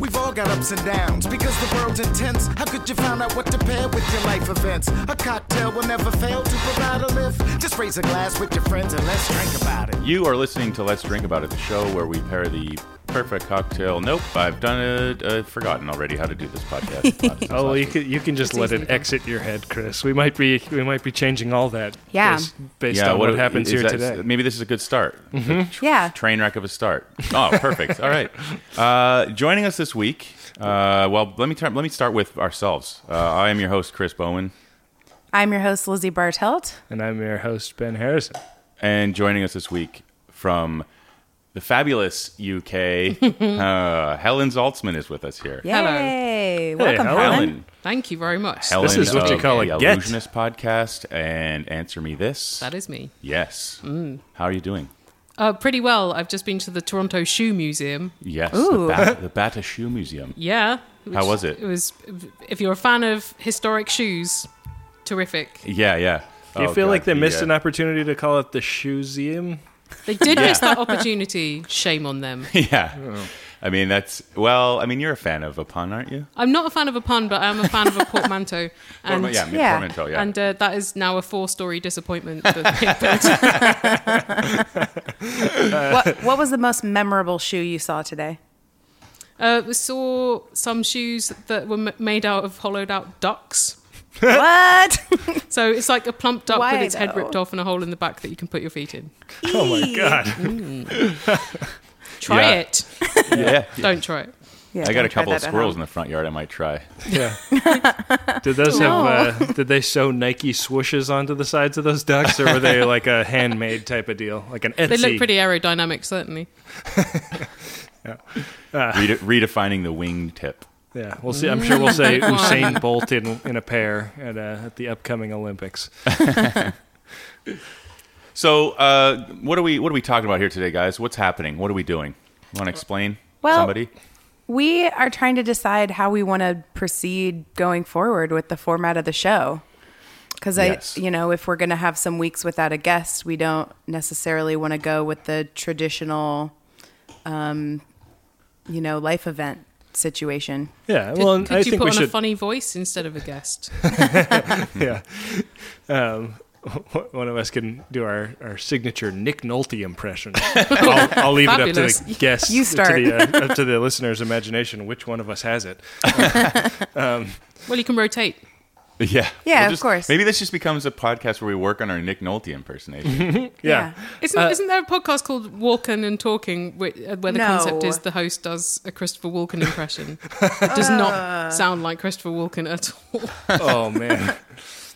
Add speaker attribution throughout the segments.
Speaker 1: We've all got ups and downs because the world's intense. How could you find out what to pair with your life events? A cocktail will never fail to provide a lift. Just raise a glass with your friends and let's drink about it.
Speaker 2: You are listening to Let's Drink About It, the show where we pair the perfect cocktail. Nope, I've done it. I've forgotten already how to do this podcast.
Speaker 3: Oh, you can, you can just let it exit your head, Chris. We might be we might be changing all that.
Speaker 4: Yeah.
Speaker 3: Based, based on what, happens
Speaker 2: is
Speaker 3: here
Speaker 2: that-
Speaker 3: today. Mm-hmm.
Speaker 2: Maybe this is a good start.
Speaker 4: Yeah.
Speaker 2: Train wreck of a start. Oh, perfect. All right. Uh, joining us this week. Uh, well, let me tar- let me start with ourselves. Uh, I am your host, Chris Bowen,
Speaker 4: I'm your host, Lizzie Bartelt.
Speaker 3: And I'm your host Ben Harrison.
Speaker 2: and joining us this week from the fabulous UK, uh, Helen Zaltzman is with us here.
Speaker 5: Hello.
Speaker 4: Yay. Welcome,
Speaker 3: Helen.
Speaker 4: Helen.
Speaker 2: Helen.
Speaker 5: Thank you very much.
Speaker 2: Helen
Speaker 3: This is what you
Speaker 2: of
Speaker 3: call a
Speaker 2: the
Speaker 3: get.
Speaker 2: um, Illusionist podcast and Answer Me This.
Speaker 5: That is me.
Speaker 2: yes.
Speaker 4: Mm.
Speaker 2: How are you doing?
Speaker 5: Uh, pretty well. I've just been to the Toronto Shoe Museum.
Speaker 2: Yes,
Speaker 4: Ooh.
Speaker 2: the, Bat- the Bata Shoe Museum.
Speaker 5: Yeah.
Speaker 2: How was it?
Speaker 5: It was. If you're a fan of historic shoes, terrific.
Speaker 2: Yeah, yeah.
Speaker 3: Do you
Speaker 2: Oh,
Speaker 3: feel
Speaker 2: God,
Speaker 3: like they
Speaker 2: the,
Speaker 3: missed
Speaker 2: uh,
Speaker 3: an opportunity to call it the Shoesium?
Speaker 5: They did miss that opportunity. Shame on them.
Speaker 2: Yeah. I mean, that's well. I mean, you're a fan of a pun, aren't you?
Speaker 5: I'm not a fan of a pun, but I am a fan of a portmanteau. And,
Speaker 2: Portman- yeah, I mean,
Speaker 4: yeah.
Speaker 2: portmanteau, Oh, yeah.
Speaker 5: and uh, that is now a four-story disappointment. that they built.
Speaker 4: What, what was the most memorable shoe you saw today?
Speaker 5: uh, we saw some shoes that were m- made out of hollowed-out ducks.
Speaker 4: What?
Speaker 5: So it's like a plump duck
Speaker 4: Why,
Speaker 5: with its head
Speaker 4: though?
Speaker 5: ripped off and a hole in the back that you can put your feet in.
Speaker 3: Oh my god.
Speaker 5: Try
Speaker 2: Yeah.
Speaker 5: it.
Speaker 2: yeah.
Speaker 5: Don't try it.
Speaker 4: Yeah,
Speaker 2: I got
Speaker 4: don't
Speaker 2: a
Speaker 4: try
Speaker 2: couple of
Speaker 4: that at
Speaker 2: squirrels in
Speaker 4: home.
Speaker 2: the front yard. I might try.
Speaker 3: Yeah. Did those have? Uh, did they sew Nike swooshes onto the sides of those ducks, or were they like a handmade type of deal, like an Etsy?
Speaker 5: They look pretty aerodynamic, certainly.
Speaker 2: Rede- redefining the wingtip.
Speaker 3: Yeah, we'll see. I'm sure we'll say Usain Bolt in, in a pair at, uh, at the upcoming Olympics.
Speaker 2: So, uh, what are we what are we talking about here today, guys? What's happening? What are we doing? Want to explain?
Speaker 4: Well-
Speaker 2: somebody.
Speaker 4: We are trying to decide how we want to proceed going forward with the format of the show. Because
Speaker 2: Yes.
Speaker 4: I, you know, if we're going to have some weeks without a guest, we don't necessarily want to go with the traditional, um, you know, life event situation.
Speaker 3: Yeah,
Speaker 5: Could,
Speaker 3: well, and
Speaker 5: could
Speaker 3: I
Speaker 5: you
Speaker 3: think
Speaker 5: put
Speaker 3: we
Speaker 5: on
Speaker 3: should.
Speaker 5: a funny voice instead of a guest?
Speaker 3: yeah. Um, one of us can do our, our signature Nick Nolte impression. I'll, I'll leave it up to the
Speaker 5: Fabulous.
Speaker 3: guests,
Speaker 4: You start.
Speaker 3: To the, uh, up to the listener's imagination, which one of us has it.
Speaker 5: well, you can rotate.
Speaker 2: Yeah.
Speaker 4: Yeah, of
Speaker 2: just-
Speaker 4: course.
Speaker 2: Maybe this just becomes a podcast where we work on our Nick Nolte
Speaker 4: Mm-hmm.
Speaker 2: impersonation.
Speaker 3: Yeah.
Speaker 5: Isn't, isn't there a podcast called Walken and Talking where, uh, where the
Speaker 4: No.
Speaker 5: concept is the host does a Christopher Walken impression? it does not sound like Christopher Walken at all.
Speaker 3: Oh, man.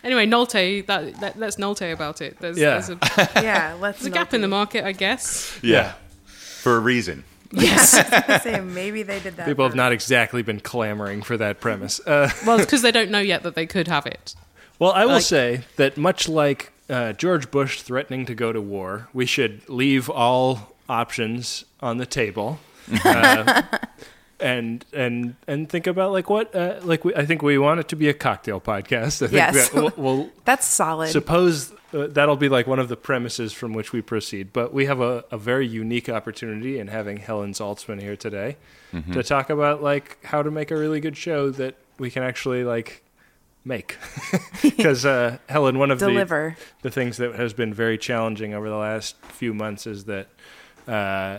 Speaker 5: Anyway, Nolte, that, that, let's Nolte about it. There's,
Speaker 3: Yeah.
Speaker 5: there's, a, there's
Speaker 4: Yeah, let's.
Speaker 5: a gap in the market, I guess.
Speaker 2: yeah. For a reason.
Speaker 5: Yes.
Speaker 4: say maybe they did that.
Speaker 3: People have not exactly been clamoring for that premise. Uh,
Speaker 5: well, because they don't know yet that they could have it.
Speaker 3: Well, I will
Speaker 5: Like-
Speaker 3: say that much like uh, George Bush threatening to go to war, we should leave all options on the table. uh, And and and think about like what uh, like we, I think we want it to be a cocktail podcast. I think
Speaker 4: Yes.
Speaker 3: that we'll, we'll
Speaker 4: That's solid.
Speaker 3: suppose uh, that'll be like one of the premises from which we proceed. But we have a, a very unique opportunity in having Helen Zaltzman here today to talk about like how to make a really good show that we can actually like make. Because uh, Helen, one of
Speaker 4: Deliver.
Speaker 3: the the things that has been very challenging over the last few months is that uh,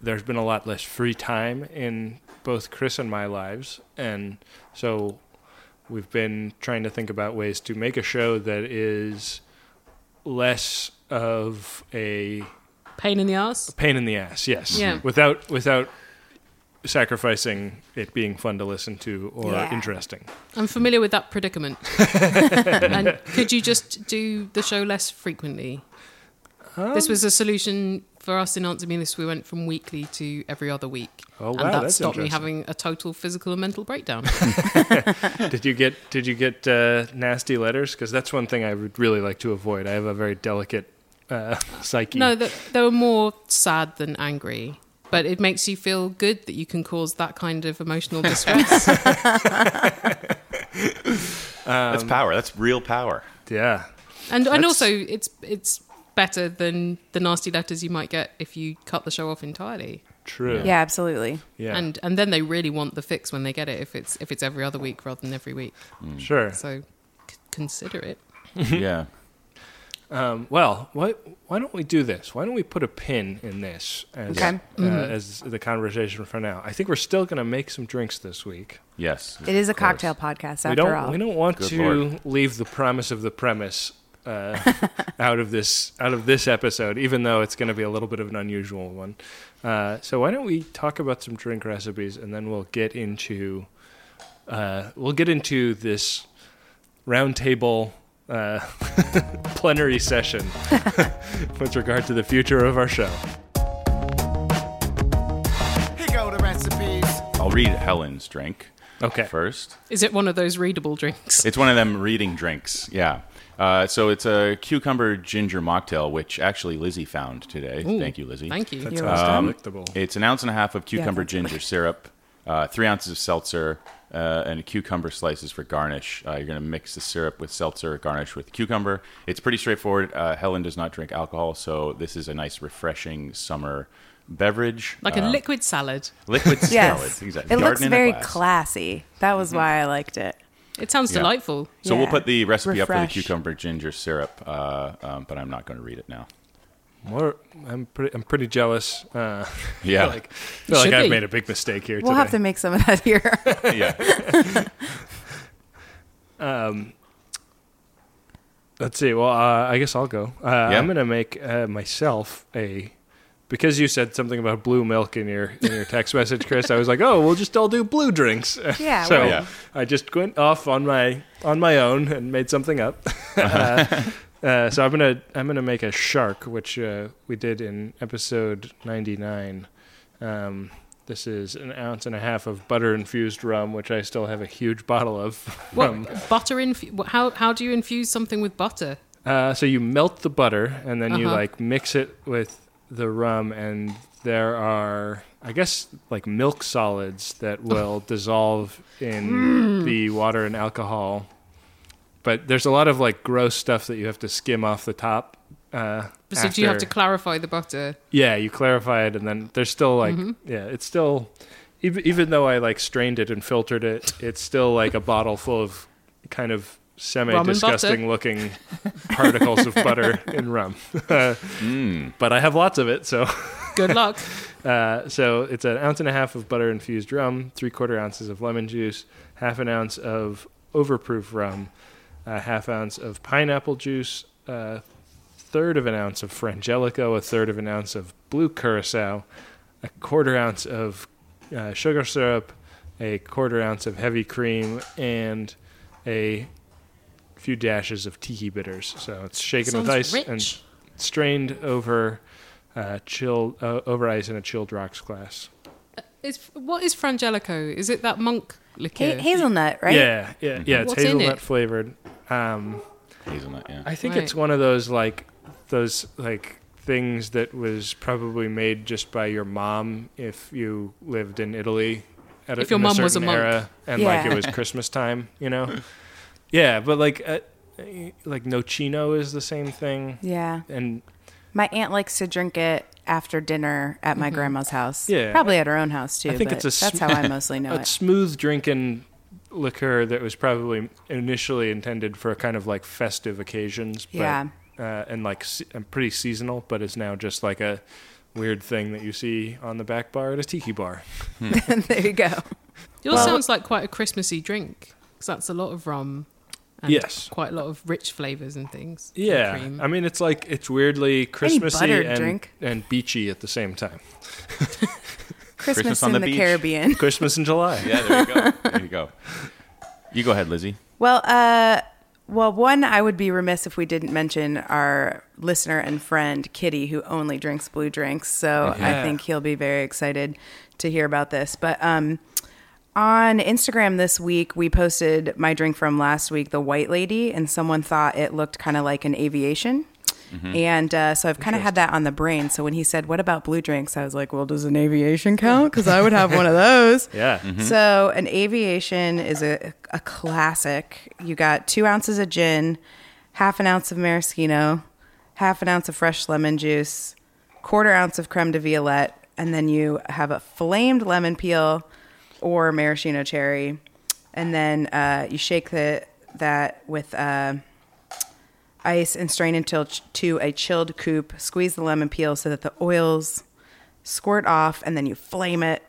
Speaker 3: there's been a lot less free time in both Chris and my lives, and so we've been trying to think about ways to make a show that is less of a
Speaker 5: Pain in the ass.
Speaker 3: pain in the ass. Yes.
Speaker 5: Yeah.
Speaker 3: Without without sacrificing it being fun to listen to or
Speaker 4: Yeah.
Speaker 3: interesting.
Speaker 5: I'm familiar with that predicament. and could you just do the show less frequently? this
Speaker 3: Um,
Speaker 5: was a solution for us in Answer Me This. We went from weekly to every other week.
Speaker 3: Oh, wow,
Speaker 5: and that
Speaker 3: that's
Speaker 5: stopped me
Speaker 3: interesting.
Speaker 5: having a total physical and mental breakdown.
Speaker 3: Did you get did you get uh, nasty letters? Because that's one thing I would really like to avoid. I have a very delicate uh, psyche.
Speaker 5: no, th- they were more sad than angry. But it makes you feel good that you can cause that kind of emotional distress.
Speaker 4: Um,
Speaker 2: That's power. That's real power.
Speaker 3: Yeah.
Speaker 5: and and also it's it's better than the nasty letters you might get if you cut the show off entirely.
Speaker 3: True.
Speaker 4: Yeah, absolutely.
Speaker 3: Yeah.
Speaker 5: And and then they really want the fix when they get it if it's if it's every other week rather than every week.
Speaker 3: sure.
Speaker 5: So c- consider it.
Speaker 4: Mm-hmm.
Speaker 2: yeah.
Speaker 3: Um, well, what, why don't we do this? Why don't we put a pin in this as,
Speaker 4: Okay.
Speaker 3: uh,
Speaker 5: Mm-hmm.
Speaker 3: as the conversation for now? I think we're still going to make some drinks this week.
Speaker 2: Yes.
Speaker 4: It is a
Speaker 2: of course.
Speaker 4: cocktail podcast
Speaker 3: we
Speaker 4: after
Speaker 3: don't
Speaker 4: all.
Speaker 3: we don't want
Speaker 2: Good
Speaker 3: to
Speaker 2: Lord.
Speaker 3: leave the promise of the premise uh, out of this out of this episode, even though it's going to be a little bit of an unusual one. Uh, so why don't we talk about some drink recipes and then we'll get into uh, we'll get into this roundtable uh, plenary session with regard to the future of our show.
Speaker 1: Here go the recipes.
Speaker 2: I'll read Helen's drink
Speaker 3: Okay.
Speaker 2: first.
Speaker 5: Is it one of those readable drinks?
Speaker 2: It's one of them reading drinks. Yeah. Uh, so it's a cucumber ginger mocktail, which actually Lizzie found today.
Speaker 5: Ooh,
Speaker 2: Thank you, Lizzie.
Speaker 5: Thank you.
Speaker 4: You're
Speaker 3: Sounds
Speaker 4: welcome.
Speaker 3: delectable.
Speaker 2: It's an ounce and a half of cucumber
Speaker 4: that's
Speaker 2: ginger syrup, uh, three ounces of seltzer, uh, and cucumber slices for garnish. Uh, you're going to mix the syrup with seltzer, garnish with cucumber. It's pretty straightforward. Uh, Helen does not drink alcohol, so this is a nice, refreshing summer beverage. Uh,
Speaker 5: Like
Speaker 3: Uh,
Speaker 5: a liquid salad.
Speaker 2: liquid
Speaker 4: Yes,
Speaker 2: salad. Exactly.
Speaker 4: it looks
Speaker 2: Garden in a
Speaker 4: very
Speaker 2: glass.
Speaker 4: classy. That
Speaker 3: Mm-hmm.
Speaker 4: was why I liked it.
Speaker 5: It sounds
Speaker 2: Yeah.
Speaker 5: delightful.
Speaker 2: So we'll
Speaker 4: Yeah.
Speaker 2: put the recipe up for the
Speaker 4: Refresh.
Speaker 2: cucumber ginger syrup, uh, um, but I'm not going to read it now.
Speaker 3: More, I'm pretty. I'm pretty jealous. Uh,
Speaker 2: Yeah.
Speaker 3: like, feel like
Speaker 5: should
Speaker 3: I've
Speaker 5: be.
Speaker 3: made a big mistake here.
Speaker 4: We'll
Speaker 3: today.
Speaker 4: have to make some of that here.
Speaker 2: yeah.
Speaker 3: Let's see. Well, uh, I guess I'll go. Uh,
Speaker 2: Yeah.
Speaker 3: I'm going to make uh, myself a because you said something about blue milk in your in your text message, Chris. I was like, oh, we'll just all do blue drinks.
Speaker 4: Yeah,
Speaker 3: so
Speaker 4: well.
Speaker 2: Yeah.
Speaker 3: I just went off on my on my own and made something up. uh, uh, so I'm gonna I'm gonna make a shark, which uh, we did in episode 99. Um, this is an ounce and a half of butter infused rum, which I still have a huge bottle of.
Speaker 5: What
Speaker 3: Um,
Speaker 5: butter infu- How how do you infuse something with butter?
Speaker 3: Uh, so you melt the butter and then you
Speaker 5: Uh-huh.
Speaker 3: like mix it with the rum, and there are, I guess, like milk solids that will dissolve in
Speaker 5: Mm.
Speaker 3: the water and alcohol. But there's a lot of like gross stuff that you have to skim off the top. Uh,
Speaker 5: So do you have
Speaker 3: after-
Speaker 5: to clarify the butter?
Speaker 3: yeah, you clarify it, and then there's still like, yeah, it's still, even, even though I like strained it and filtered it, it's still like a bottle full of kind of semi disgusting looking particles of butter and rum. But I have lots of it, so
Speaker 5: Good luck.
Speaker 3: uh, so it's an ounce and a half of butter infused rum, three quarter ounces of lemon juice, half an ounce of overproof rum, a half ounce of pineapple juice, uh, a third of an ounce of frangelico, a third of an ounce of blue curacao, a quarter ounce of uh, sugar syrup, a quarter ounce of heavy cream, and a few dashes of tiki bitters. So it's shaken
Speaker 5: Sounds
Speaker 3: with ice
Speaker 5: rich.
Speaker 3: and strained over uh, chilled uh, over ice in a chilled rocks glass.
Speaker 5: Is what is frangelico? Is it that monk liqueur?
Speaker 4: Ha- hazelnut, right?
Speaker 3: Yeah, yeah, yeah. It's
Speaker 5: What's in
Speaker 3: hazelnut
Speaker 5: it?
Speaker 3: flavored. Um,
Speaker 2: Hazelnut, yeah.
Speaker 3: I think it's
Speaker 5: Right.
Speaker 3: one of those like those like things that was probably made just by your mom if you lived in Italy at
Speaker 5: If your
Speaker 3: in
Speaker 5: mom was a
Speaker 3: certain
Speaker 5: monk.
Speaker 3: era and like it
Speaker 4: Yeah.
Speaker 3: was Christmas time, you know. yeah, but like uh, like nocino is the same thing,
Speaker 4: Yeah.
Speaker 3: and
Speaker 4: My aunt likes to drink it after dinner at my grandma's house.
Speaker 3: Mm-hmm. Yeah.
Speaker 4: Probably at her own house too.
Speaker 3: I think
Speaker 4: but
Speaker 3: it's a
Speaker 4: that's how I mostly know
Speaker 3: a
Speaker 4: it.
Speaker 3: smooth drinking liqueur that was probably initially intended for kind of like festive occasions. But,
Speaker 4: Yeah.
Speaker 3: Uh, and like se- and pretty seasonal, but is now just like a weird thing that you see on the back bar at a tiki bar.
Speaker 4: there you go.
Speaker 5: Yours sounds like quite a Christmassy drink because that's a lot of rum. And
Speaker 3: Yes.
Speaker 5: Quite a lot of rich flavors and things. and
Speaker 3: Yeah.
Speaker 5: cream.
Speaker 3: I mean, it's like it's weirdly Christmassy
Speaker 4: buttered
Speaker 3: and,
Speaker 4: drink.
Speaker 3: and beachy at the same time.
Speaker 4: Christmas,
Speaker 2: on
Speaker 4: in
Speaker 2: the
Speaker 4: the,
Speaker 2: beach.
Speaker 4: Caribbean.
Speaker 3: Christmas in July.
Speaker 2: Yeah, there you go. There you go. You go ahead, Lizzie.
Speaker 4: Well, uh, well, one, I would be remiss if we didn't mention our listener and friend Kitty, who only drinks blue drinks. So
Speaker 3: Oh, Yeah.
Speaker 4: I think he'll be very excited to hear about this. But um, on Instagram this week, we posted my drink from last week, the White Lady, and someone thought it looked kind of like an aviation.
Speaker 3: Mm-hmm.
Speaker 4: And uh, so I've kind of had that on the brain. So when he said, "What about blue drinks?" I was like, "Well, does an aviation count? Because I would have one of those."
Speaker 3: Yeah.
Speaker 4: Mm-hmm. So an aviation is a, a classic. You got two ounces of gin, half an ounce of maraschino, half an ounce of fresh lemon juice, quarter ounce of creme de violette, and then you have a flamed lemon peel or maraschino cherry, and then uh, you shake the that with uh, ice and strain until ch- to a chilled coupe. Squeeze the lemon peel so that the oils squirt off, and then you flame it,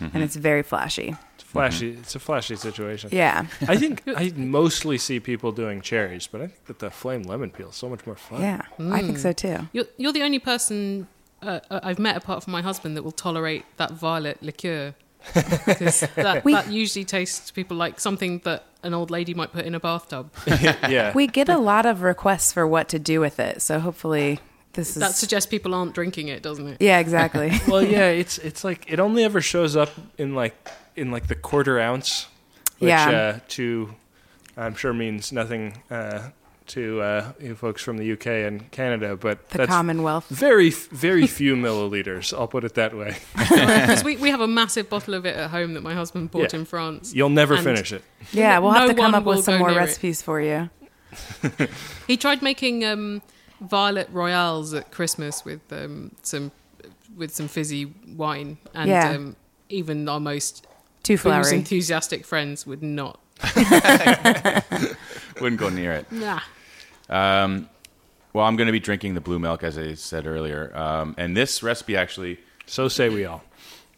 Speaker 4: and it's very flashy.
Speaker 3: It's flashy. It's a flashy situation.
Speaker 4: Yeah,
Speaker 3: I think I mostly see people doing cherries, but I think that the flame lemon peel is so much more fun.
Speaker 4: yeah, I
Speaker 5: Hmm.
Speaker 4: think so too.
Speaker 5: You're, you're the only person uh, uh, I've met, apart from my husband, that will tolerate that violet liqueur. because that,
Speaker 4: We-
Speaker 5: that usually tastes to people like something that an old lady might put in a bathtub.
Speaker 3: yeah.
Speaker 4: We get a lot of requests for what to do with it, so hopefully this is
Speaker 5: That suggests people aren't drinking it, doesn't it?
Speaker 4: yeah, exactly.
Speaker 3: well, yeah. It's it's like it only ever shows up in like in like the quarter ounce, which
Speaker 4: Yeah.
Speaker 3: uh, to I'm sure means nothing uh, to uh, you folks from the UK and Canada, but
Speaker 4: the
Speaker 3: that's
Speaker 4: Commonwealth.
Speaker 3: very f- very few milliliters. I'll put it that way.
Speaker 5: Because we, we have a massive bottle of it at home that my husband bought
Speaker 3: Yeah.
Speaker 5: in France.
Speaker 3: You'll never
Speaker 5: And-
Speaker 3: finish it.
Speaker 4: Yeah, we'll have
Speaker 5: No
Speaker 4: to come
Speaker 5: one
Speaker 4: up with
Speaker 5: will
Speaker 4: some
Speaker 5: go
Speaker 4: more
Speaker 5: near it.
Speaker 4: recipes for you.
Speaker 5: He tried making um, violet royales at Christmas with um, some with some fizzy wine, and
Speaker 4: Yeah.
Speaker 5: um, even our most
Speaker 4: Too
Speaker 5: booze
Speaker 4: flowery.
Speaker 5: enthusiastic friends would not.
Speaker 2: Wouldn't go near it.
Speaker 5: Nah.
Speaker 2: Well, I'm going to be drinking the blue milk, as I said earlier. Um, and this recipe actually,
Speaker 3: So say we all.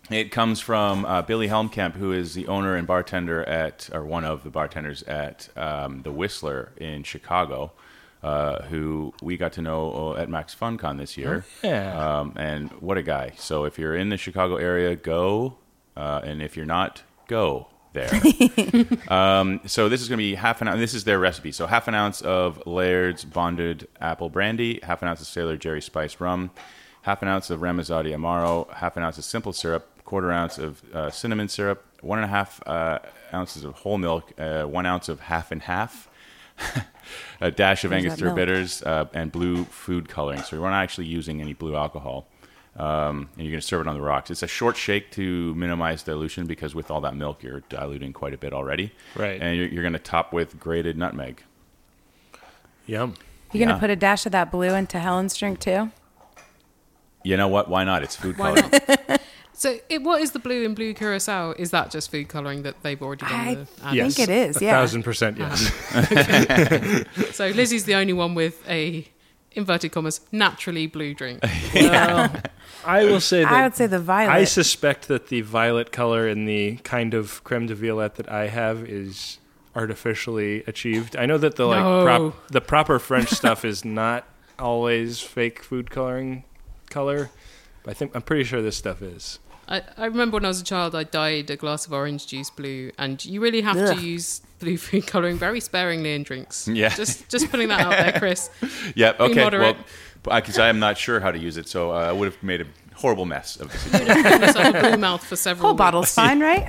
Speaker 2: it comes from uh, Billy Helmkamp, who is the owner and bartender at, or one of the bartenders at um, the Whistler in Chicago, uh, who we got to know uh, at Max FunCon this year.
Speaker 3: Oh, Yeah.
Speaker 2: Um, and what a guy. So if you're in the Chicago area, go. Uh, and if you're not, go there. um, so this is going to be half an ounce. This is their recipe. So half an ounce of Laird's bonded apple brandy, half an ounce of Sailor Jerry spice rum, half an ounce of Ramazzotti Amaro, half an ounce of simple syrup, quarter ounce of uh, cinnamon syrup, one and a half uh, ounces of whole milk, uh, one ounce of half and half a dash of
Speaker 4: Where's that
Speaker 2: Angostura
Speaker 4: milk?
Speaker 2: bitters uh, and blue food coloring. So we're not actually using any blue alcohol. Um, and you're going to serve it on the rocks. It's a short shake to minimize dilution because with all that milk, you're diluting quite a bit already.
Speaker 3: Right.
Speaker 2: And you're, you're going to top with grated nutmeg.
Speaker 3: Yum.
Speaker 4: You're gonna
Speaker 2: Yeah.
Speaker 4: put a dash of that blue into Helen's drink too.
Speaker 2: You know what? Why not? It's food
Speaker 5: Why
Speaker 2: coloring.
Speaker 5: not? so, it, what is the blue in blue curacao? Is that just food coloring that they've already done?
Speaker 4: I
Speaker 5: the ad?
Speaker 4: think it is.
Speaker 3: A
Speaker 4: Yeah,
Speaker 3: thousand percent yes.
Speaker 5: So Lizzie's the only one with a inverted commas naturally blue drink.
Speaker 3: I will say that
Speaker 4: Um, I would say the violet.
Speaker 3: I suspect that the violet color in the kind of creme de violette that I have is artificially achieved. I know that the like
Speaker 5: No.
Speaker 3: prop, the proper French stuff is not always fake food coloring color. But I think I'm pretty sure this stuff is.
Speaker 5: I, I remember when I was a child, I dyed a glass of orange juice blue, and you really have
Speaker 4: Ugh.
Speaker 5: to use blue food coloring very sparingly in drinks.
Speaker 2: Yeah.
Speaker 5: just just putting that out there, Chris.
Speaker 2: yep.
Speaker 5: Be
Speaker 2: Okay. Well,
Speaker 5: moderate.
Speaker 2: because I am not sure how to use it, so uh, I would have made a horrible mess of the situation.
Speaker 5: Chris had a blue mouth for several.
Speaker 4: whole
Speaker 5: weeks.
Speaker 4: bottle's fine, right?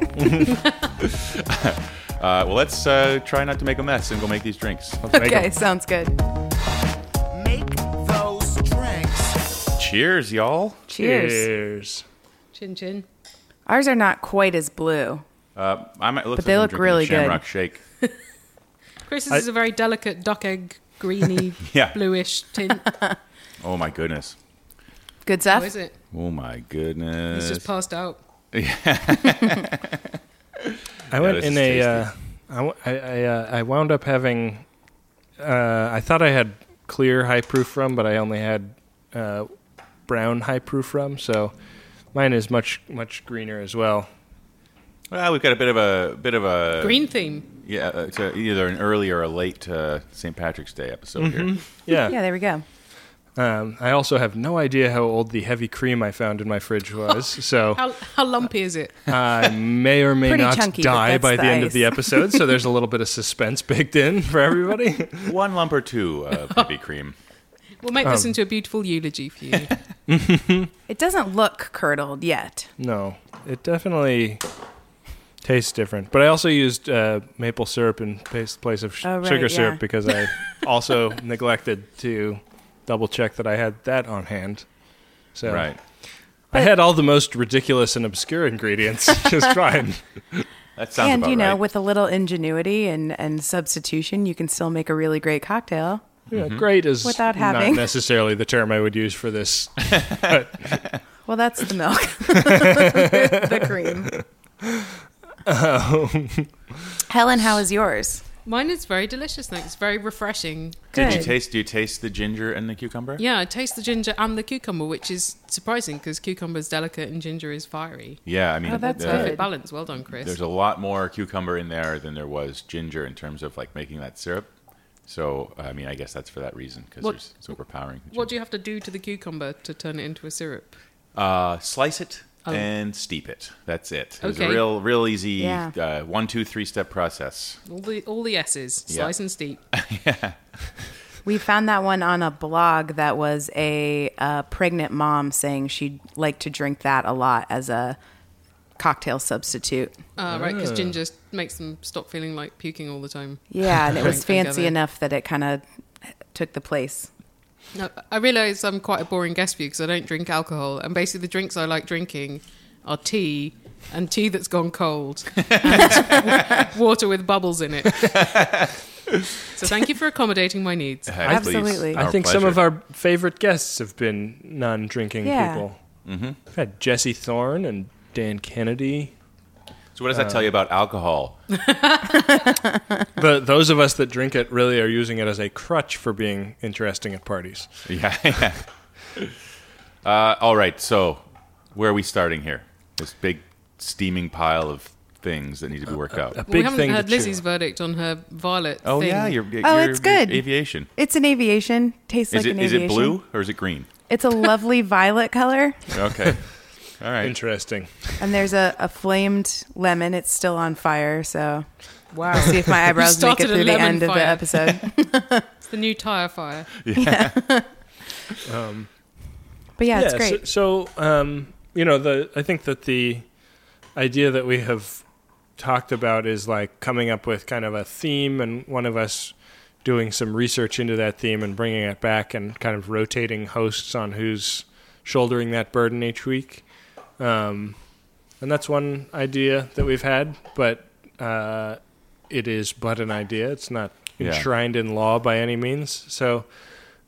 Speaker 2: Uh, well, let's uh, try not to make a mess and go make these drinks.
Speaker 4: okay, sounds good.
Speaker 1: Make those drinks.
Speaker 2: Oh, Cheers, y'all.
Speaker 4: Cheers.
Speaker 3: Cheers.
Speaker 5: Chin chin.
Speaker 4: Ours are not quite as blue.
Speaker 2: Uh, I'm, it looks
Speaker 4: But they
Speaker 2: like I'm
Speaker 4: look
Speaker 2: drinking a
Speaker 4: really good.
Speaker 2: Shamrock Shake.
Speaker 5: Chris's
Speaker 3: I-
Speaker 5: is a very delicate duck egg greeny
Speaker 2: Yeah.
Speaker 5: bluish tint.
Speaker 2: Oh my goodness.
Speaker 4: Good
Speaker 5: How
Speaker 4: stuff.
Speaker 5: is it?
Speaker 2: Oh my goodness.
Speaker 5: He's just passed out.
Speaker 3: I went
Speaker 2: this
Speaker 3: in
Speaker 2: is
Speaker 3: a.
Speaker 2: tasty.
Speaker 3: Uh, I w- I I, uh, I wound up having. Uh, I thought I had clear high proof rum, but I only had uh, brown high proof rum. So mine is much much greener as well.
Speaker 2: Well, Ah, we've got a bit of a bit of a
Speaker 5: Green theme.
Speaker 2: Yeah, uh, it's a, either an early or a late uh, St. Patrick's Day episode here.
Speaker 3: Yeah.
Speaker 4: Yeah, there we go.
Speaker 3: Um, I also have no idea how old the heavy cream I found in my fridge was,
Speaker 2: oh.
Speaker 3: so
Speaker 5: How how lumpy is it?
Speaker 3: I may or may
Speaker 4: Pretty
Speaker 3: not
Speaker 4: chunky, but
Speaker 3: die
Speaker 4: that's
Speaker 3: by
Speaker 4: the
Speaker 3: the end of
Speaker 4: ice.
Speaker 3: the episode. So there's a little bit of suspense baked in for everybody.
Speaker 2: One lump or two of heavy cream.
Speaker 5: We'll make
Speaker 2: Um.
Speaker 5: this into a beautiful eulogy for you.
Speaker 4: It doesn't look curdled yet.
Speaker 3: No, it definitely tastes different. But I also used uh, maple syrup in place, place of sh-
Speaker 4: Oh, right,
Speaker 3: sugar
Speaker 4: yeah.
Speaker 3: syrup because I also neglected to double check that I had that on hand. So
Speaker 2: Right.
Speaker 3: I had all the most ridiculous and obscure ingredients just fine.
Speaker 2: That sounds
Speaker 4: and
Speaker 2: about
Speaker 4: you know,
Speaker 2: right.
Speaker 4: with a little ingenuity and, and substitution, you can still make a really great cocktail.
Speaker 2: Mm-hmm.
Speaker 3: Yeah, Great is
Speaker 4: Without
Speaker 3: not
Speaker 4: having-
Speaker 3: necessarily the term I would use for this.
Speaker 4: Well, that's the milk, the cream. Helen, how is yours?
Speaker 5: Mine is very delicious. Thanks. It's very refreshing.
Speaker 2: Did you
Speaker 4: Good.
Speaker 2: taste? Do you taste the ginger and the cucumber?
Speaker 5: Yeah, I taste the ginger and the cucumber, which is surprising because cucumber is delicate and ginger is fiery.
Speaker 2: Yeah, I mean,
Speaker 4: Oh, that's
Speaker 2: the-
Speaker 4: good.
Speaker 5: Perfect balance. Well done, Chris.
Speaker 2: there's a lot more cucumber in there than there was ginger in terms of like making that syrup. So I mean, I guess that's for that reason because
Speaker 5: What-
Speaker 2: there's it's overpowering. the
Speaker 5: What do
Speaker 2: ginger.
Speaker 5: you have to do to the cucumber to turn it into a syrup?
Speaker 2: uh, slice it
Speaker 5: Oh.
Speaker 2: and steep it. That's it. It's a
Speaker 5: Okay.
Speaker 2: real, real easy
Speaker 4: Yeah.
Speaker 2: uh, one, two, three step process.
Speaker 5: All the all the S's,
Speaker 2: Yeah.
Speaker 5: slice and steep.
Speaker 4: We found that one on a blog that was a, uh pregnant mom saying she'd like to drink that a lot as a cocktail substitute.
Speaker 5: Uh,
Speaker 2: Ah.
Speaker 5: right, because ginger makes them stop feeling like puking all the time.
Speaker 4: Yeah, and it
Speaker 5: I
Speaker 4: was
Speaker 5: get
Speaker 4: fancy
Speaker 5: it.
Speaker 4: enough that it kind of took the place.
Speaker 5: No, I realise I'm quite a boring guest for you because I don't drink alcohol, and basically the drinks I like drinking are tea and tea that's gone cold, and water with bubbles in it. so thank you for accommodating my needs.
Speaker 2: Hey, please.
Speaker 4: Absolutely.
Speaker 2: Our
Speaker 4: I
Speaker 3: I think some
Speaker 2: pleasure.
Speaker 3: of our favorite guests have been non-drinking
Speaker 4: Yeah.
Speaker 3: people. Mm-hmm. We've had Jesse Thorne and Dan Kennedy.
Speaker 2: So what does that
Speaker 3: uh,
Speaker 2: tell you about alcohol?
Speaker 3: But those of us that drink it really are using it as a crutch for being interesting at parties.
Speaker 2: yeah. Uh, all right. So where are we starting here? This big steaming pile of things that need to be worked out.
Speaker 3: A big
Speaker 5: we haven't
Speaker 3: thing.
Speaker 5: heard
Speaker 3: to chew
Speaker 5: Lizzie's verdict on her violet.
Speaker 2: oh
Speaker 5: thing.
Speaker 2: yeah, your, your
Speaker 4: Oh, it's good.
Speaker 2: aviation.
Speaker 4: It's an aviation. Tastes
Speaker 2: Is
Speaker 4: like
Speaker 2: it
Speaker 4: an
Speaker 2: is
Speaker 4: aviation.
Speaker 2: it blue or is it green?
Speaker 4: It's a lovely violet color,
Speaker 2: Okay. All
Speaker 3: on.
Speaker 2: right.
Speaker 3: Interesting.
Speaker 4: and there's a, a flamed lemon. It's still on fire, so wow. We'll see if my eyebrows make it
Speaker 5: started a
Speaker 4: through the
Speaker 5: lemon
Speaker 4: end of the
Speaker 5: fire.
Speaker 4: episode.
Speaker 5: it's the new tire fire.
Speaker 4: But yeah, it's
Speaker 3: so-
Speaker 4: great.
Speaker 3: So, um, you know, the I think that the idea that we have talked about is like coming up with kind of a theme, and one of us doing some research into that theme and bringing it back, and kind of rotating hosts on who's shouldering that burden each week. Um, and that's one idea that we've had, but uh, it is but an idea. It's not
Speaker 2: Yeah.
Speaker 3: enshrined in law by any means. So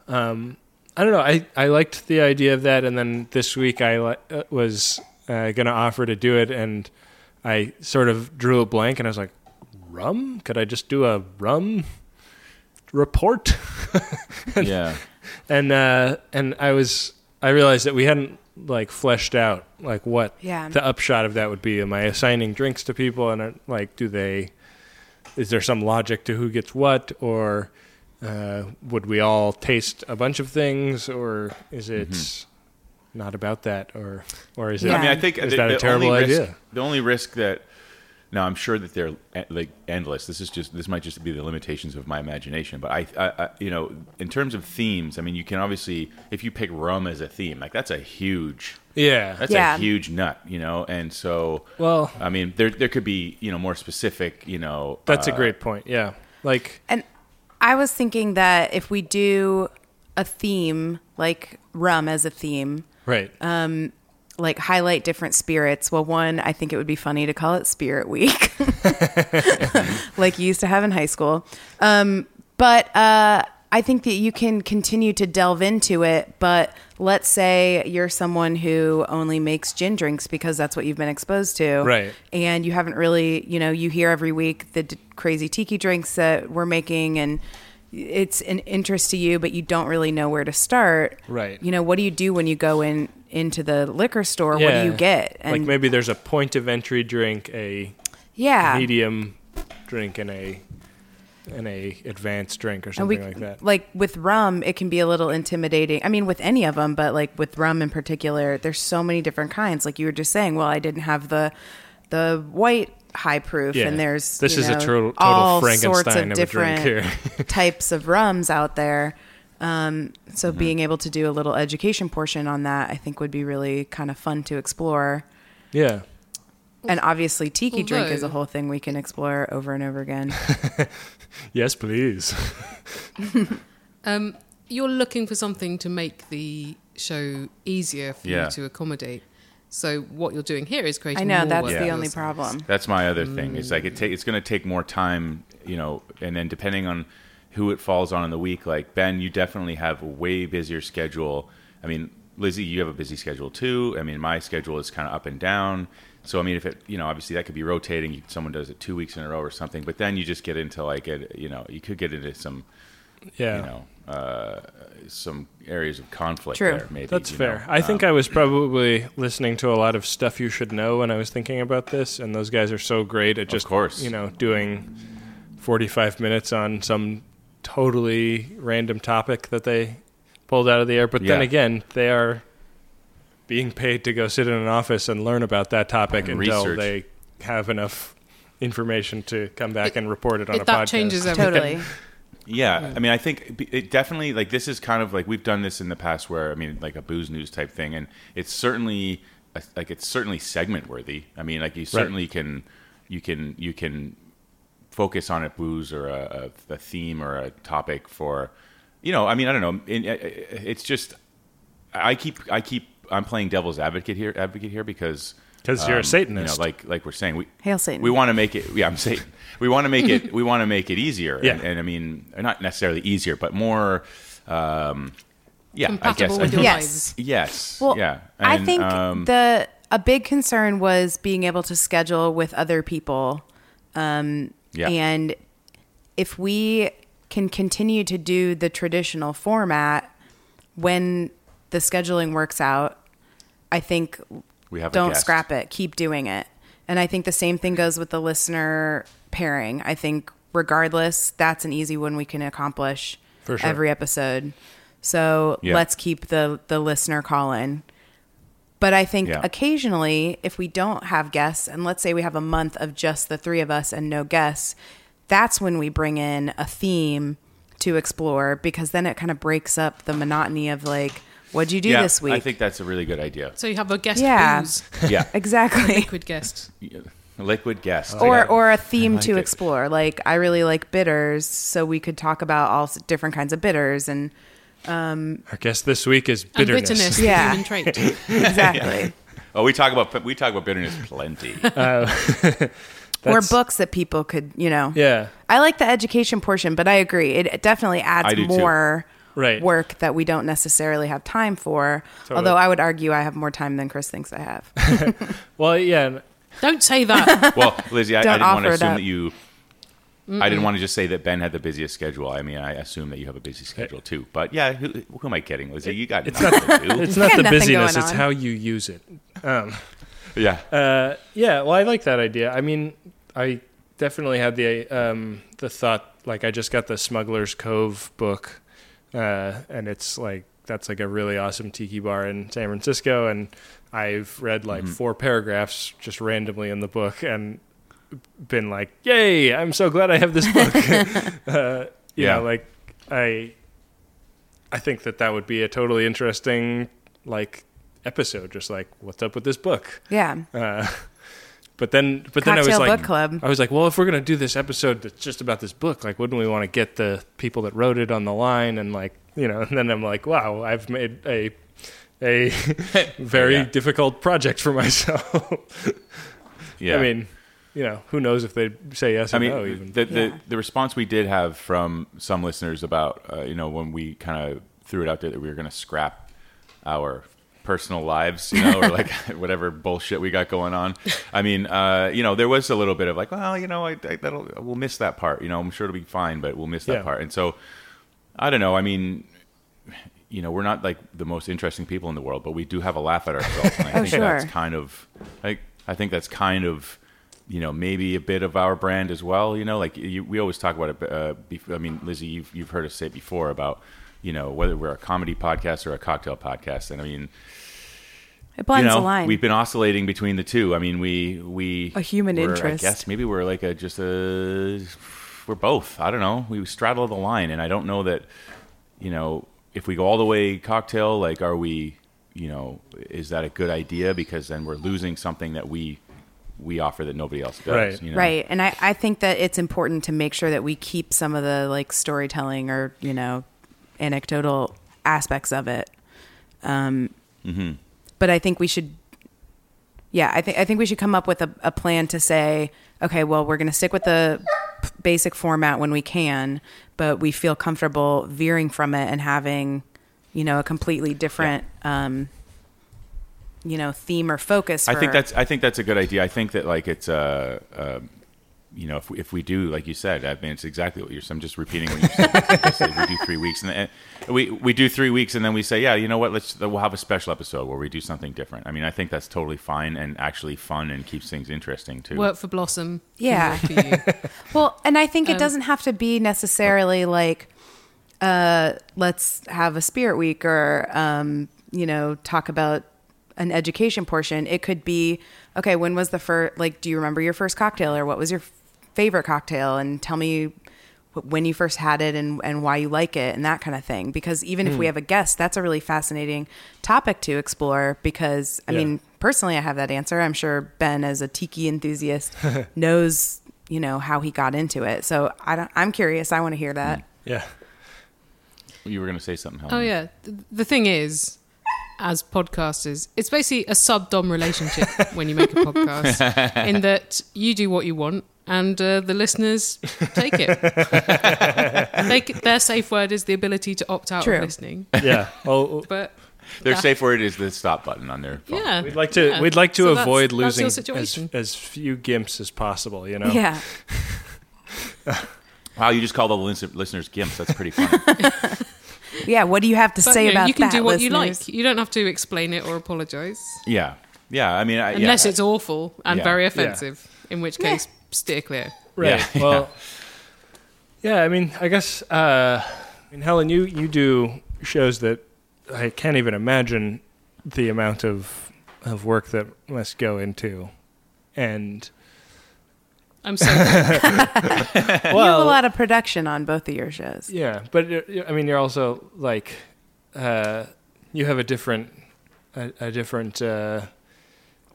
Speaker 3: um, I don't know. I, I liked the idea of that, and then this week I li- uh, was uh, going to offer to do it, and I sort of drew a blank, and I was like, rum? Could I just do a rum report?
Speaker 2: Yeah.
Speaker 3: and uh, and I was I realized that we hadn't like fleshed out like what
Speaker 4: Yeah.
Speaker 3: the upshot of that would be. Am I assigning drinks to people, and uh, like do they? Is there some logic to who gets what, or uh, would we all taste a bunch of things, or is it not about that, or or is it?
Speaker 4: Yeah.
Speaker 2: Mm-hmm. I mean, I think
Speaker 3: Is
Speaker 2: the-
Speaker 3: that a
Speaker 2: the
Speaker 3: terrible
Speaker 2: only risk-
Speaker 3: idea?
Speaker 2: The only risk that now I'm sure that they're eh, like endless. This is just this might just be the limitations of my imagination. But I, I, I you know, in terms of themes, I mean, you can obviously if you pick rum as a theme, like that's a huge
Speaker 3: yeah.
Speaker 2: that's
Speaker 4: Yeah.
Speaker 2: a huge nut, you know. And so,
Speaker 3: Well-
Speaker 2: I mean, there there could be you know more specific, you know.
Speaker 3: That's
Speaker 2: uh,
Speaker 3: a great point. Yeah, like
Speaker 4: And I was thinking that if we do a theme, like rum as a theme,
Speaker 3: right.
Speaker 4: like highlight different spirits. Well, one, I think it would be funny to call it Spirit Week, like you used to have in high school. Um, but uh, I think that you can continue to delve into it. But let's say you're someone who only makes gin drinks because that's what you've been exposed to,
Speaker 3: Right.
Speaker 4: And you haven't really, you know, you hear every week the d- crazy tiki drinks that we're making and. It's an interest to you, but you don't really know where to start.
Speaker 3: Right.
Speaker 4: You know, what do you do when you go in into the liquor store? or what do you
Speaker 3: Yeah.
Speaker 4: get?
Speaker 3: like
Speaker 4: And
Speaker 3: maybe there's a point of entry drink, a
Speaker 4: yeah,
Speaker 3: medium drink and a and a advanced drink or
Speaker 4: and
Speaker 3: something
Speaker 4: we
Speaker 3: like that.
Speaker 4: like with rum, it can be a little intimidating. I mean, with any of them, but like with rum in particular, there's so many different kinds. Like you were just saying, well, I didn't have the the white high proof,
Speaker 3: Yeah.
Speaker 4: and there's
Speaker 3: This
Speaker 4: you
Speaker 3: is a
Speaker 4: know,
Speaker 3: total- total
Speaker 4: all sorts
Speaker 3: Frankenstein
Speaker 4: of,
Speaker 3: of a drink
Speaker 4: different types of rums out there. Um, so
Speaker 3: Mm-hmm.
Speaker 4: being able to do a little education portion on that, I think, would be really kind of fun to explore.
Speaker 3: yeah.
Speaker 4: And obviously, tiki drink is a
Speaker 5: Although-
Speaker 4: whole thing we can explore over and over again.
Speaker 3: Yes, please.
Speaker 5: Um, you're looking for something to make the show easier for
Speaker 2: Yeah.
Speaker 5: you to accommodate. So what you're doing here is creating.
Speaker 4: I know
Speaker 5: more
Speaker 4: that's
Speaker 5: work
Speaker 4: the
Speaker 5: for
Speaker 4: only
Speaker 5: yourself.
Speaker 4: problem.
Speaker 2: That's my other thing. It's
Speaker 3: Mm.
Speaker 2: like it ta- it's going to take more time, you know, and then depending on who it falls on in the week, like Ben, you definitely have a way busier schedule. I mean, Lizzie, you have a busy schedule too. I mean, my schedule is kind of up and down. So I mean, if it, you know, obviously that could be rotating. You- Someone does it two weeks in a row or something, but then you just get into like a, you know, you could get into some,
Speaker 3: Yeah.
Speaker 2: you know, uh, some areas of conflict
Speaker 4: True.
Speaker 2: there. Maybe
Speaker 3: That's
Speaker 2: you
Speaker 3: fair.
Speaker 2: know. um,
Speaker 3: I think I was probably listening to a lot of stuff you should know when I was thinking about this, and those guys are so great at just,
Speaker 2: course.
Speaker 3: you know, doing forty-five minutes on some totally random topic that they pulled out of the air. But then
Speaker 2: Yeah.
Speaker 3: again, they are being paid to go sit in an office and learn about that topic
Speaker 2: And
Speaker 3: until
Speaker 2: research.
Speaker 3: they have enough information to come back and report it on a
Speaker 5: It, that
Speaker 3: podcast.
Speaker 5: changes everything.
Speaker 4: Totally.
Speaker 2: Yeah,
Speaker 3: Hmm.
Speaker 2: I mean, I think b- it definitely like this is kind of like we've done this in the past where I mean, like a booze news type thing, and it's certainly uh, like it's certainly segment worthy. I mean, like you certainly can you can you can focus on a booze or a, a, a theme or a topic for you know. I mean, I don't know. In- it's just I keep I keep I'm playing devil's advocate here advocate here because um,
Speaker 3: 'Cause you're a
Speaker 2: You
Speaker 3: Satanist.
Speaker 2: know, like like we're saying we
Speaker 4: Hail Satan.
Speaker 2: We want to make it. Yeah, I'm Satan. We want to make it. We want to make it easier.
Speaker 3: Yeah.
Speaker 2: And, and I mean, not necessarily easier, but more. Um, yeah, I guess.
Speaker 5: Compatible
Speaker 2: I
Speaker 5: with
Speaker 2: think-
Speaker 5: your
Speaker 4: Yes.
Speaker 5: lives.
Speaker 2: yes.
Speaker 4: Well,
Speaker 2: yeah.
Speaker 4: I
Speaker 2: And,
Speaker 4: think
Speaker 2: um,
Speaker 4: the a big concern was being able to schedule with other people,
Speaker 2: yeah.
Speaker 4: and if we can continue to do the traditional format when the scheduling works out, I think
Speaker 2: we have a
Speaker 4: don't
Speaker 2: guest.
Speaker 4: scrap it. Keep doing it. And I think the same thing goes with the listener pairing. I think regardless, that's an easy one we can accomplish
Speaker 3: For sure.
Speaker 4: every episode. So
Speaker 2: Yeah.
Speaker 4: let's keep the the listener call in. But I think
Speaker 2: Yeah.
Speaker 4: occasionally, if we don't have guests, and let's say we have a month of just the three of us and no guests, that's when we bring in a theme to explore because then it kind of breaks up the monotony of like, what'd you do
Speaker 2: Yeah,
Speaker 4: this week?
Speaker 2: I think that's a really good idea.
Speaker 5: So you have a guest
Speaker 4: Yeah.
Speaker 5: booze,
Speaker 2: Yeah.
Speaker 4: exactly.
Speaker 5: liquid guest.
Speaker 2: Liquid guest.
Speaker 4: or
Speaker 2: Yeah.
Speaker 4: or a theme
Speaker 2: like
Speaker 4: to
Speaker 2: it.
Speaker 4: explore. Like I really like bitters, so we could talk about all s- different kinds of bitters and
Speaker 3: Our guest this week is
Speaker 5: And
Speaker 3: bitterness.
Speaker 5: bitterness,
Speaker 4: Yeah.
Speaker 5: yeah. human trait.
Speaker 4: exactly.
Speaker 2: Oh, we talk about we talk about bitterness plenty.
Speaker 4: Or
Speaker 3: That's-
Speaker 4: books that people could, you know.
Speaker 3: Yeah.
Speaker 4: I like the education portion, but I agree. It it definitely
Speaker 2: I
Speaker 4: adds
Speaker 2: do too.
Speaker 4: more
Speaker 3: Right.
Speaker 4: work that we don't necessarily have time for.
Speaker 3: Totally.
Speaker 4: Although I would argue I have more time than Chris thinks I have.
Speaker 3: Well, yeah. and-
Speaker 5: Don't say that.
Speaker 2: Well, Lizzie, I, I
Speaker 4: Don't
Speaker 2: didn't want
Speaker 4: offer
Speaker 2: to
Speaker 4: it
Speaker 2: assume
Speaker 4: up.
Speaker 2: that you. I didn't want to just say that Ben had the busiest schedule. I mean, I assume that you have a busy schedule too. But yeah, who, who am I kidding, Lizzie? You got nothing to
Speaker 3: It's not
Speaker 4: got
Speaker 3: the
Speaker 4: nothing
Speaker 3: busyness,
Speaker 4: going
Speaker 3: it's
Speaker 4: on.
Speaker 3: how you use it. Um,
Speaker 2: do. Yeah,
Speaker 3: Uh, yeah, well, I like that idea. I mean, I definitely had the um, the thought like I just got the Smuggler's Cove book, uh, and it's like that's like a really awesome tiki bar in San Francisco, and I've read like four paragraphs just randomly in the book and been like, "Yay! I'm so glad I have this book." uh, you
Speaker 2: Yeah.
Speaker 3: know, like I, I think that that would be a totally interesting like episode. Just like, what's up with this book?
Speaker 4: yeah.
Speaker 3: Uh, but then, but then I was
Speaker 4: Cocktail
Speaker 3: like,
Speaker 4: book club.
Speaker 3: I was like, well, if we're gonna do this episode that's just about this book, like, wouldn't we want to get the people that wrote it on the line and like, you know? And then I'm like, wow, I've made a a very
Speaker 2: Yeah.
Speaker 3: difficult project for myself.
Speaker 2: yeah.
Speaker 3: I mean, you know, who knows if they would say yes or
Speaker 2: I mean,
Speaker 3: no? Even
Speaker 2: the, the,
Speaker 4: Yeah.
Speaker 2: the response we did have from some listeners about, uh, you know, when we kind of threw it out there that we were going to scrap our personal lives, you know, or like whatever bullshit we got going on. I mean, uh, you know, there was a little bit of like, well, you know, I, I, that'll, we'll miss that part. You know, I'm sure it'll be fine, but we'll miss that
Speaker 3: Yeah.
Speaker 2: part. And so, I don't know. I mean, you know, we're not like the most interesting people in the world, but we do have a laugh at ourselves. And I
Speaker 4: Oh,
Speaker 2: think
Speaker 4: sure.
Speaker 2: that's kind of like I think that's kind of you know maybe a bit of our brand as well. You know, like you, we always talk about it. Uh, bef- I mean, Lizzie, you've you've heard us say it before about you know whether we're a comedy podcast or a cocktail podcast, and I mean,
Speaker 4: It blends
Speaker 2: you know,
Speaker 4: the line.
Speaker 2: we've been oscillating between the two. I mean, we we
Speaker 4: A human
Speaker 2: we're,
Speaker 4: interest.
Speaker 2: I guess maybe we're like a just a we're both. I don't know. We straddle the line, and I don't know that you know if we go all the way cocktail. Like, are we? You know, is that a good idea? Because then we're losing something that we we offer that nobody else does.
Speaker 3: Right.
Speaker 2: You know?
Speaker 4: Right. And I, I think that it's important to make sure that we keep some of the like storytelling or, you know, anecdotal aspects of it. Um,
Speaker 2: Mm-hmm.
Speaker 4: But I think we should, yeah, I think, I think we should come up with a, a plan to say, okay, well, we're going to stick with the p- basic format when we can, but we feel comfortable veering from it and having you know, a completely different, um, you know, theme or focus.
Speaker 2: I think
Speaker 4: for-
Speaker 2: that's I think that's a good idea. I think that like it's uh, uh you know if we, if we do like you said, I mean it's exactly what you're. I'm just repeating what you said. I said we do three weeks and then, and we we do three weeks and then we say yeah you know what let's we'll have a special episode where we do something different. I mean I think that's totally fine and actually fun and keeps things interesting too.
Speaker 5: Work for Blossom. can
Speaker 4: Yeah.
Speaker 5: work for you.
Speaker 4: Well, and I think it doesn't have to be necessarily like, uh, let's have a spirit week or, um, you know, talk about an education portion. It could be, okay, when was the first, like, do you remember your first cocktail or what was your f- favorite cocktail? And tell me wh- when you first had it and, and why you like it and that kind of thing. Because even if we have a guest, that's a really fascinating topic to explore because, I
Speaker 3: Yeah.
Speaker 4: mean, personally i have that answer i'm sure ben as a tiki enthusiast knows you know how he got into it so i don't i'm curious i want to hear that
Speaker 3: Yeah.
Speaker 2: you were going to say something. Helen.
Speaker 5: Oh yeah. Th- The thing is, as podcasters, it's basically a sub dom relationship when you make a podcast, in that you do what you want and uh, the listeners take it. they, c- their safe word is the ability to opt out
Speaker 4: True.
Speaker 5: of listening,
Speaker 3: Yeah. Oh,
Speaker 5: but.
Speaker 2: Their
Speaker 5: Yeah.
Speaker 2: safe word is the stop button on their phone.
Speaker 5: Yeah,
Speaker 3: we'd like to
Speaker 5: yeah.
Speaker 3: we'd like to
Speaker 5: So that's-
Speaker 3: avoid
Speaker 5: that's
Speaker 3: losing
Speaker 5: your
Speaker 3: as,
Speaker 5: situation.
Speaker 3: as few gimps as possible. You know.
Speaker 4: yeah
Speaker 2: Wow, you just called all the listen- listeners gimps. That's pretty funny.
Speaker 4: yeah what do you have to
Speaker 5: But,
Speaker 4: say
Speaker 5: you know,
Speaker 4: about
Speaker 5: you can
Speaker 4: that
Speaker 5: do what you
Speaker 4: listeners?
Speaker 5: like. You don't have to explain it or apologize
Speaker 2: yeah, yeah. I mean,
Speaker 3: Uh,
Speaker 2: I,
Speaker 5: unless
Speaker 2: yeah.
Speaker 5: it's awful and
Speaker 2: Yeah.
Speaker 5: very
Speaker 2: Yeah.
Speaker 5: offensive, in which case steer clear.
Speaker 3: Right.
Speaker 2: Yeah.
Speaker 3: Well. Yeah. I mean, I guess. Uh, I mean, Helen, you you do shows that I can't even imagine the amount of of work that must go into, and
Speaker 5: I'm so
Speaker 4: you have a
Speaker 3: well,
Speaker 4: lot of production on both of your shows
Speaker 3: Yeah, but you're- you're- I mean, you're also like, uh, you have a different, a, a different. Uh,